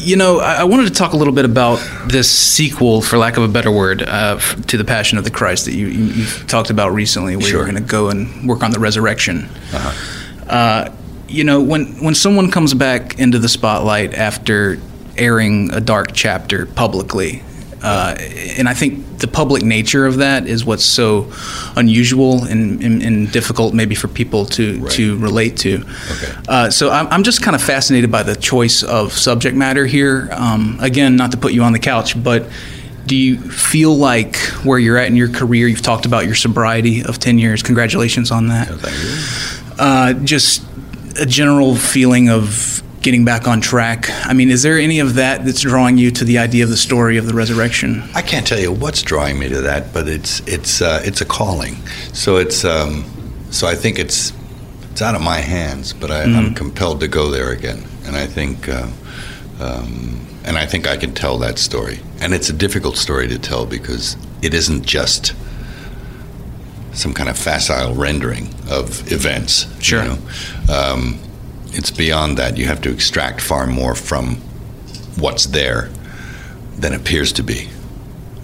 [SPEAKER 1] You know, I, I wanted to talk a little bit about this sequel, for lack of a better word, uh, f- to the Passion of the Christ that you, you, you've talked about recently, where
[SPEAKER 9] Sure.
[SPEAKER 1] you're going to go and work on the resurrection. uh you know when when someone comes back into the spotlight after airing a dark chapter publicly uh, and I think the public nature of that is what's so unusual and, and, and difficult, maybe for people to to relate to. Okay. Uh, so I'm, I'm just kind of fascinated by the choice of subject matter here. Um, again, not to put you on the couch, but do you feel like where you're at in your career? You've talked about your sobriety of ten years. Congratulations on that. Uh, just a general feeling of getting back on track. I mean, is there any of that that's drawing you to the idea of the story of the resurrection?
[SPEAKER 9] I can't tell you what's drawing me to that, but it's it's uh, it's a calling. So it's um, so I think it's it's out of my hands, but I, I'm compelled to go there again, and I think. Uh, um, and I think I can tell that story, and it's a difficult story to tell because it isn't just some kind of facile rendering of events.
[SPEAKER 1] Sure.
[SPEAKER 9] You know? um, it's beyond that. You have to extract far more from what's there than appears to be.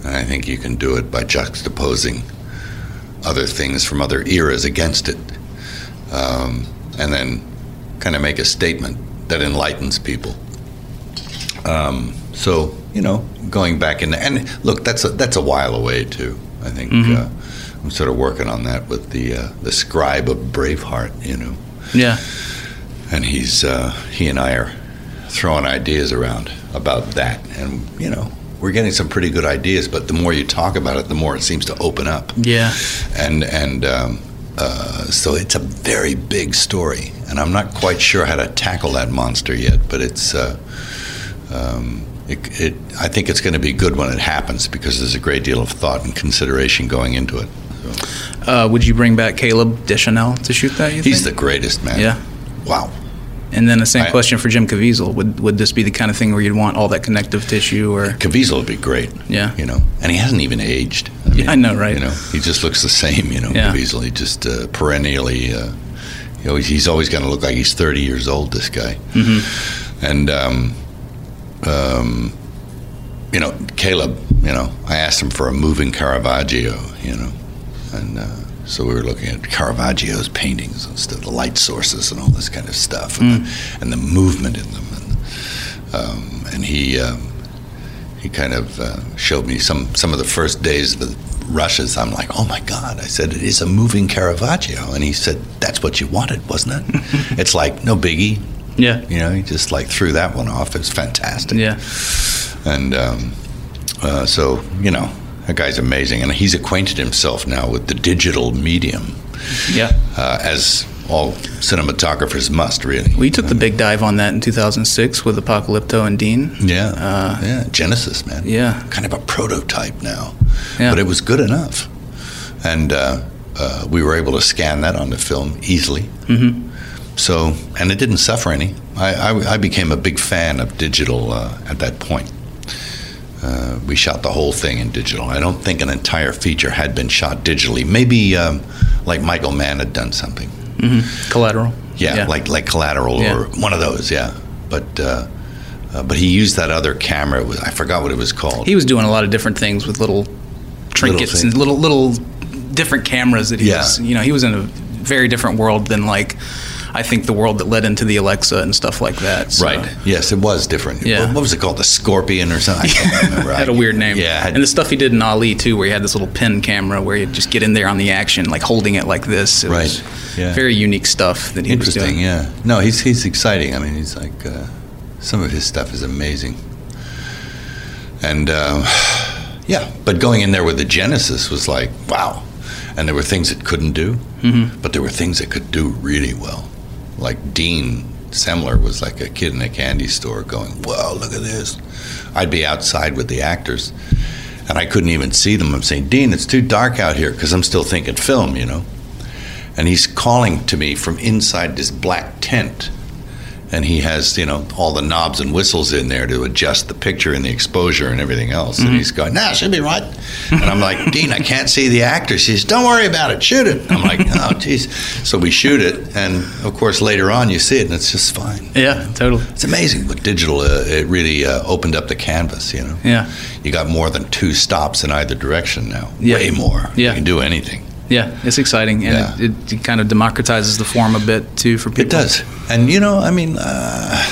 [SPEAKER 9] And I think you can do it by juxtaposing other things from other eras against it. Um, and then kind of make a statement that enlightens people. Um, so, you know, going back in, and look, that's a, that's a while away too. I think uh, I'm sort of working on that with the uh, the scribe of Braveheart, you know
[SPEAKER 1] Yeah.
[SPEAKER 9] and he's uh, he and I are throwing ideas around about that, and you know we're getting some pretty good ideas. But the more you talk about it, the more it seems to open up.
[SPEAKER 1] Yeah.
[SPEAKER 9] and and um, uh, so it's a very big story, and I'm not quite sure how to tackle that monster yet. But it's uh, um, it, it I think it's going to be good when it happens because there's a great deal of thought and consideration going into it.
[SPEAKER 1] Uh, would you bring back Caleb Deschanel to shoot that? You
[SPEAKER 9] He's the
[SPEAKER 1] think?
[SPEAKER 9] greatest man.
[SPEAKER 1] Yeah.
[SPEAKER 9] Wow.
[SPEAKER 1] And then the same
[SPEAKER 9] I-
[SPEAKER 1] question for Jim Caviezel. Would would this be the kind of thing where you'd want all that connective tissue, or
[SPEAKER 9] Caviezel would be great.
[SPEAKER 1] Yeah.
[SPEAKER 9] You know, and he hasn't even aged. I, mean,
[SPEAKER 1] I know, right?
[SPEAKER 9] You know, he just looks the same. You know,
[SPEAKER 1] Yeah.
[SPEAKER 9] Caviezel. He just uh, perennially. Uh, he always, he's always going to look like he's 30 years old. This guy.
[SPEAKER 1] Mm-hmm.
[SPEAKER 9] And um, um, you know, Caleb. You know, I asked him for a moving Caravaggio. You know, and uh, so we were looking at Caravaggio's paintings and stuff, the light sources and all this kind of stuff, and,
[SPEAKER 1] Mm.
[SPEAKER 9] the, and the movement in them. And, um, and he. Um, he kind of uh, showed me some, some of the first days of the rushes. I'm like, oh my God. I said, it is a moving Caravaggio. And he said, that's what you wanted, wasn't it? it's like, no biggie.
[SPEAKER 1] yeah,
[SPEAKER 9] You know, he just like threw that one off. It was fantastic.
[SPEAKER 1] yeah,
[SPEAKER 9] And um, uh, so, you know, that guy's amazing. And he's acquainted himself now with the digital medium,
[SPEAKER 1] yeah.
[SPEAKER 9] uh, as all cinematographers must, really.
[SPEAKER 1] We took the big dive on that in 2006 with Apocalypto and Dean.
[SPEAKER 9] Yeah, yeah, Genesis, man.
[SPEAKER 1] Uh, yeah.
[SPEAKER 9] kind of a prototype now,
[SPEAKER 1] Yeah.
[SPEAKER 9] but it was good enough, and uh, uh, we were able to scan that onto film easily. Mm-hmm. So, and it didn't suffer any. I, I, I became a big fan of digital uh, at that point. Uh, we shot the whole thing in digital. I don't think an entire feature had been shot digitally. Maybe um, like Michael Mann had done something.
[SPEAKER 1] Collateral.
[SPEAKER 9] Yeah, like like collateral
[SPEAKER 1] Yeah.
[SPEAKER 9] or one of those. Yeah, but uh, uh, but he used that other camera. It was, I forgot what it was called.
[SPEAKER 1] he was doing a lot of different things with little trinkets
[SPEAKER 9] things.
[SPEAKER 1] and little little different cameras that he
[SPEAKER 9] Yeah.
[SPEAKER 1] was. You know, he was in a very different world than like I think the world that led into the Alexa and stuff like that. so-
[SPEAKER 9] Right. Yes, it was different.
[SPEAKER 1] Yeah.
[SPEAKER 9] What, what was it called? The Scorpion or something? I can't remember.
[SPEAKER 1] Had a weird name.
[SPEAKER 9] Yeah. had-
[SPEAKER 1] and the stuff he did in Ali too, where he had this little pin camera where he'd just get in there on the action, like holding it like this. It
[SPEAKER 9] Right.
[SPEAKER 1] was
[SPEAKER 9] Yeah.
[SPEAKER 1] Very unique stuff that he was
[SPEAKER 9] interesting.
[SPEAKER 1] doing.
[SPEAKER 9] Yeah. No, he's he's exciting. I mean, he's like uh, some of his stuff is amazing. And um, yeah, but going in there with the Genesis was like wow, and there were things it couldn't do,
[SPEAKER 1] Mm-hmm.
[SPEAKER 9] but there were things it could do really well. Like Dean Semler was like a kid in a candy store going, "Wow, look at this!" I'd be outside with the actors. And I couldn't even see them. I'm saying, Dean, it's too dark out here because I'm still thinking film, you know. and he's calling to me from inside this black tent and he has you know all the knobs and whistles in there to adjust the picture and the exposure and everything else and he's going now she'll be right and i'm like dean i can't see the actor she's don't worry about it shoot it i'm like oh jeez so we shoot it and of course later on you see it and it's just fine
[SPEAKER 1] Yeah, totally.
[SPEAKER 9] it's amazing but digital uh, it really uh, opened up the canvas you know
[SPEAKER 1] Yeah.
[SPEAKER 9] you got more than two stops in either direction now
[SPEAKER 1] Yeah.
[SPEAKER 9] way more
[SPEAKER 1] Yeah.
[SPEAKER 9] you can do anything
[SPEAKER 1] Yeah, it's exciting, and
[SPEAKER 9] Yeah.
[SPEAKER 1] it, it kind of democratizes the form a bit too for people.
[SPEAKER 9] It does, and you know, I mean, uh,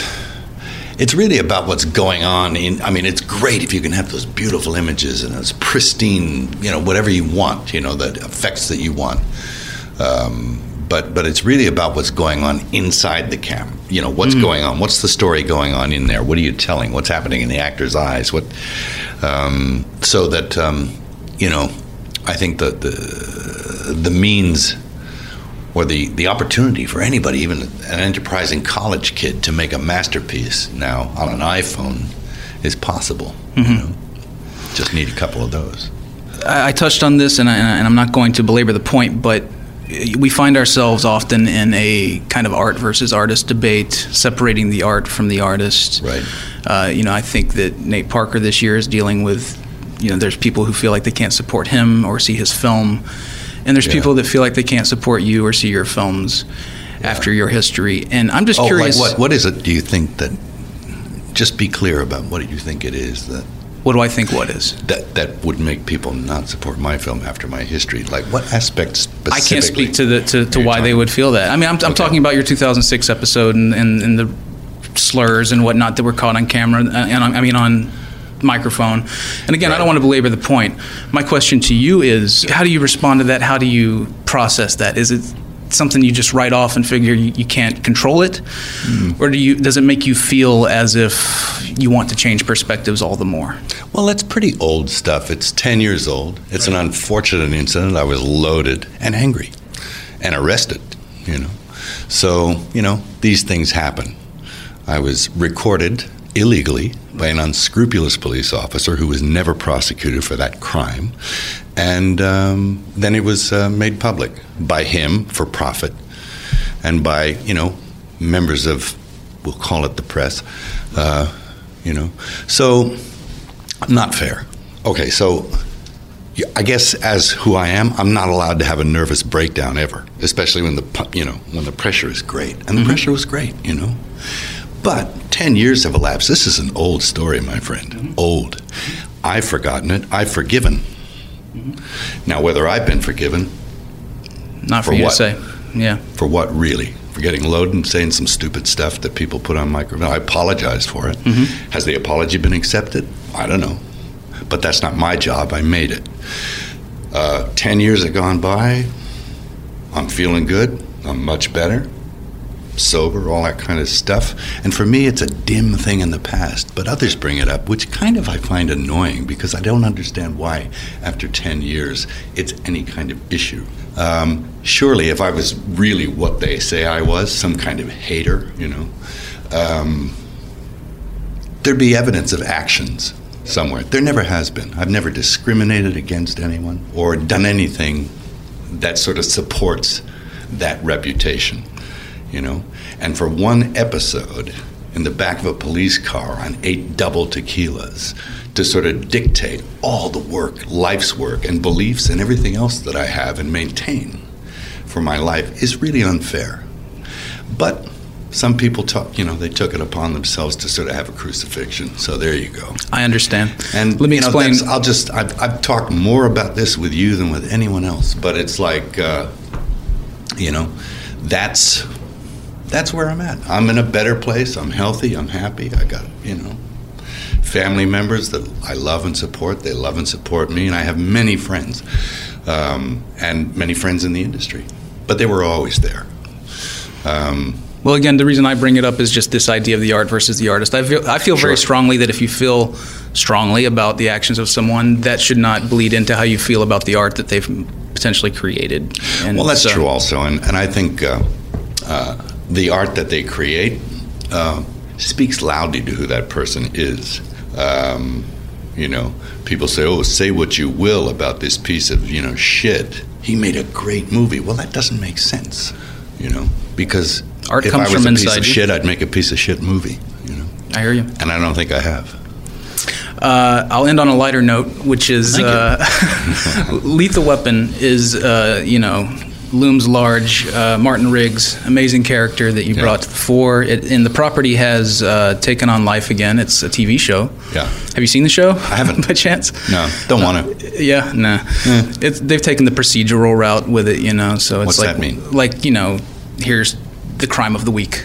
[SPEAKER 9] it's really about what's going on. In I mean, it's great if you can have those beautiful images and those pristine, you know, whatever you want, you know, the effects that you want. Um, but but it's really about what's going on inside the camp. You know,
[SPEAKER 1] Hmm.
[SPEAKER 9] what's going on? What's the story going on in there? What are you telling? What's happening in the actor's eyes? What um, so that um, you know, I think that the the means or the, the opportunity for anybody, even an enterprising college kid, to make a masterpiece now on an iPhone is possible.
[SPEAKER 1] Mm-hmm.
[SPEAKER 9] You know? Just need a couple of those.
[SPEAKER 1] I, I touched on this, and, I, and I'm not going to belabor the point, but we find ourselves often in a kind of art versus artist debate, separating the art from the artist.
[SPEAKER 9] Right.
[SPEAKER 1] Uh, you know, I think that Nate Parker this year is dealing with, you know, there's people who feel like they can't support him or see his film, and there's
[SPEAKER 9] Yeah.
[SPEAKER 1] people that feel like they can't support you or see your films after your history. And I'm just
[SPEAKER 9] Oh, like
[SPEAKER 1] curious,
[SPEAKER 9] what, what is it? Do you think that? Just be clear about what you think it is that,
[SPEAKER 1] what do I think? What is?
[SPEAKER 9] that that would make people not support my film after my history. Like what aspects?
[SPEAKER 1] I
[SPEAKER 9] Specifically
[SPEAKER 1] can't speak to the to, to
[SPEAKER 9] You're
[SPEAKER 1] why they
[SPEAKER 9] talking-
[SPEAKER 1] would feel that. I mean, I'm, I'm
[SPEAKER 9] Okay.
[SPEAKER 1] talking about your 2006 episode and, and, and the slurs and whatnot that were caught on camera uh, and on, I mean on microphone. And again, I don't want to belabor the point. My question to you is, how do you respond to that? How do you process that? Is it something you just write off and figure you, you can't control it,
[SPEAKER 9] Mm.
[SPEAKER 1] or do you? Does it make you feel as if you want to change perspectives all the more?
[SPEAKER 9] Well, that's pretty old stuff. It's 10 years old. It's an unfortunate incident. I was loaded and angry and arrested, you know. So, you know, these things happen. I was recorded illegally by an unscrupulous police officer who was never prosecuted for that crime. And um, then it was uh, made public by him for profit and by, you know, members of, we'll call it the press, uh, you know. So, not fair. Okay, so y- I guess as who I am, I'm not allowed to have a nervous breakdown ever, especially when the pu- you know when the pressure is great, and the pressure was great, you know. But ten years have elapsed. This is an old story, my friend. Old. I've forgotten it. I've forgiven. Now, whether I've been forgiven
[SPEAKER 1] Not for,
[SPEAKER 9] For
[SPEAKER 1] you
[SPEAKER 9] what?
[SPEAKER 1] to say. Yeah.
[SPEAKER 9] for what really? For getting loaded and saying some stupid stuff that people put on microphone. I apologize for it. Has the apology been accepted? I don't know. But that's not my job. I made it. Uh, Ten years have gone by. I'm feeling good. I'm much better. Sober, all that kind of stuff. And for me, it's a dim thing in the past. But others bring it up, which kind of I find annoying because I don't understand why, after 10 years, it's any kind of issue. Um, surely, if I was really what they say I was, some kind of hater, you know, um, there'd be evidence of actions somewhere. There never has been. I've never discriminated against anyone or done anything that sort of supports that reputation, you know. And for one episode in the back of a police car on eight double tequilas to sort of dictate all the work, life's work, and beliefs and everything else that I have and maintain for my life is really unfair. But some people took, you know, they took it upon themselves to sort of have a crucifixion. So there you go.
[SPEAKER 1] I understand.
[SPEAKER 9] And
[SPEAKER 1] let me
[SPEAKER 9] you know,
[SPEAKER 1] explain.
[SPEAKER 9] that's- I'll just. I've, I've talked more about this with you than with anyone else, but it's like, uh, you know, that's that's where I'm at. I'm in a better place. I'm healthy. I'm happy. I got you know, family members that I love and support. They love and support me, and I have many friends, um, and many friends in the industry. But they were always there. Um,
[SPEAKER 1] Well, again, the reason I bring it up is just this idea of the art versus the artist. I feel, I feel very
[SPEAKER 9] Sure.
[SPEAKER 1] strongly that if you feel strongly about the actions of someone, that should not bleed into how you feel about the art that they've potentially created. And
[SPEAKER 9] well, that's
[SPEAKER 1] so-
[SPEAKER 9] true also, and, and I think uh, uh, the art that they create uh, speaks loudly to who that person is. Um, you know, people say, "Oh, say what you will about this piece of you know shit." He made a great movie. Well, that doesn't make sense, you know, because
[SPEAKER 1] Art
[SPEAKER 9] if
[SPEAKER 1] comes
[SPEAKER 9] I was
[SPEAKER 1] from
[SPEAKER 9] a piece
[SPEAKER 1] inside
[SPEAKER 9] of
[SPEAKER 1] you.
[SPEAKER 9] shit, I'd make a piece of shit movie, you know,
[SPEAKER 1] I hear you.
[SPEAKER 9] and I don't think I have.
[SPEAKER 1] Uh, I'll end on a lighter note, which is uh, Lethal Weapon is, uh, you know, looms large. Uh, Martin Riggs, amazing character that you
[SPEAKER 9] Yeah.
[SPEAKER 1] brought to the fore. It, and the property has uh, taken on life again. It's a TV show.
[SPEAKER 9] Yeah.
[SPEAKER 1] Have you seen the show? I
[SPEAKER 9] haven't.
[SPEAKER 1] by chance?
[SPEAKER 9] No, don't want to.
[SPEAKER 1] Yeah, nah. It's, they've taken the procedural route with it, you know. So it's
[SPEAKER 9] Hmm. What's
[SPEAKER 1] like,
[SPEAKER 9] that mean?
[SPEAKER 1] like you know, here's the crime of the week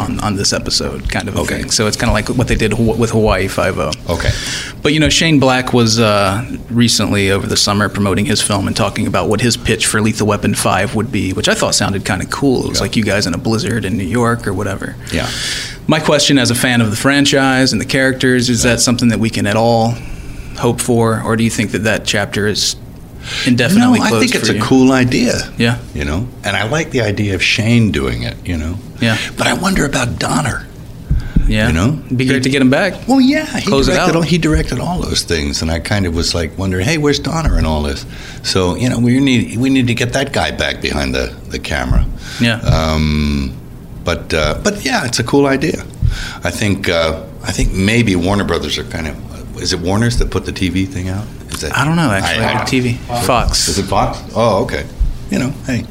[SPEAKER 1] on, on this episode, kind of a
[SPEAKER 9] Okay.
[SPEAKER 1] thing. So it's kind of like what they did Haw- with Hawaii Five O.
[SPEAKER 9] Okay.
[SPEAKER 1] But you know, Shane Black was uh, recently over the summer promoting his film and talking about what his pitch for Lethal Weapon Five would be, which I thought sounded kind of cool. It was
[SPEAKER 9] Yeah.
[SPEAKER 1] like you guys in a blizzard in New York or whatever.
[SPEAKER 9] Yeah.
[SPEAKER 1] My question as a fan of the franchise and the characters is that something that we can at all hope for, or do you think that that chapter is indefinitely
[SPEAKER 9] no, I
[SPEAKER 1] closed?
[SPEAKER 9] think it's
[SPEAKER 1] for
[SPEAKER 9] a
[SPEAKER 1] you?
[SPEAKER 9] cool idea.
[SPEAKER 1] Yeah.
[SPEAKER 9] You know, and I like the idea of Shane doing it. You know.
[SPEAKER 1] Yeah.
[SPEAKER 9] But I wonder about Donner.
[SPEAKER 1] Yeah.
[SPEAKER 9] you know?
[SPEAKER 1] Be great to get him back.
[SPEAKER 9] Well, yeah, he
[SPEAKER 1] Close it
[SPEAKER 9] directed
[SPEAKER 1] out.
[SPEAKER 9] All, he directed all those things, and I kind of was like wondering, hey, where's Donner in all this? So you know, we need we need to get that guy back behind the the camera.
[SPEAKER 1] Yeah.
[SPEAKER 9] Um, but uh, but yeah, it's a cool idea. I think uh, I think maybe Warner Brothers are kind of uh, is it Warner's that put the TV thing out? Is that
[SPEAKER 1] I don't know, actually.
[SPEAKER 9] I- I-
[SPEAKER 1] TV. Fox.
[SPEAKER 9] Is it Fox? Oh, okay. You know, hey,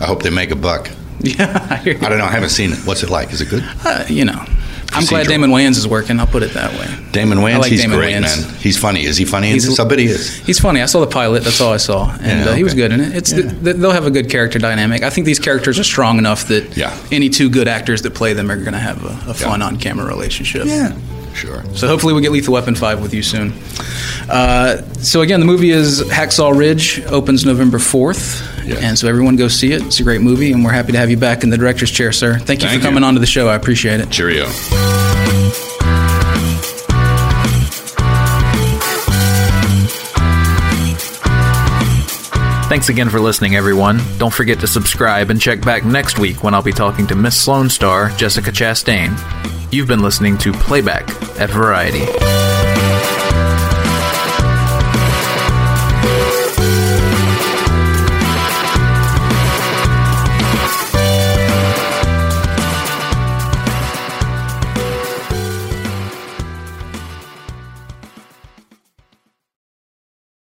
[SPEAKER 9] I hope they make a buck.
[SPEAKER 1] yeah. I hear you.
[SPEAKER 9] I don't know. I haven't seen it. What's it like? Is it good?
[SPEAKER 1] Uh, you know. I'm glad
[SPEAKER 9] Procedural.
[SPEAKER 1] Damon Wayans is working. I'll put it that way.
[SPEAKER 9] Damon Wayans,
[SPEAKER 1] I like
[SPEAKER 9] he's
[SPEAKER 1] Damon
[SPEAKER 9] great,
[SPEAKER 1] Wayans.
[SPEAKER 9] man. He's funny. Is he funny? in this? I bet he is.
[SPEAKER 1] He's funny. I saw the pilot. That's all I saw, and
[SPEAKER 9] Yeah,
[SPEAKER 1] uh, he was
[SPEAKER 9] okay.
[SPEAKER 1] good in it. It's
[SPEAKER 9] Yeah.
[SPEAKER 1] th- they'll have a good character dynamic. I think these characters are strong enough that
[SPEAKER 9] Yeah.
[SPEAKER 1] any two good actors that play them are going to have a, a fun on-camera relationship.
[SPEAKER 9] Sure.
[SPEAKER 1] So hopefully we get Lethal Weapon 5 with you soon. Uh, so again, the movie is Hacksaw Ridge, opens November 4th.
[SPEAKER 9] Yes.
[SPEAKER 1] And so everyone go see it. It's a great movie, and we're happy to have you back in the director's chair, sir. Thank you
[SPEAKER 9] Thank
[SPEAKER 1] for
[SPEAKER 9] you.
[SPEAKER 1] coming on to the show. I appreciate it.
[SPEAKER 9] Cheerio.
[SPEAKER 3] Thanks again for listening, everyone. Don't forget to subscribe and check back next week when I'll be talking to Miss Sloan star Jessica Chastain. You've been listening to Playback at Variety.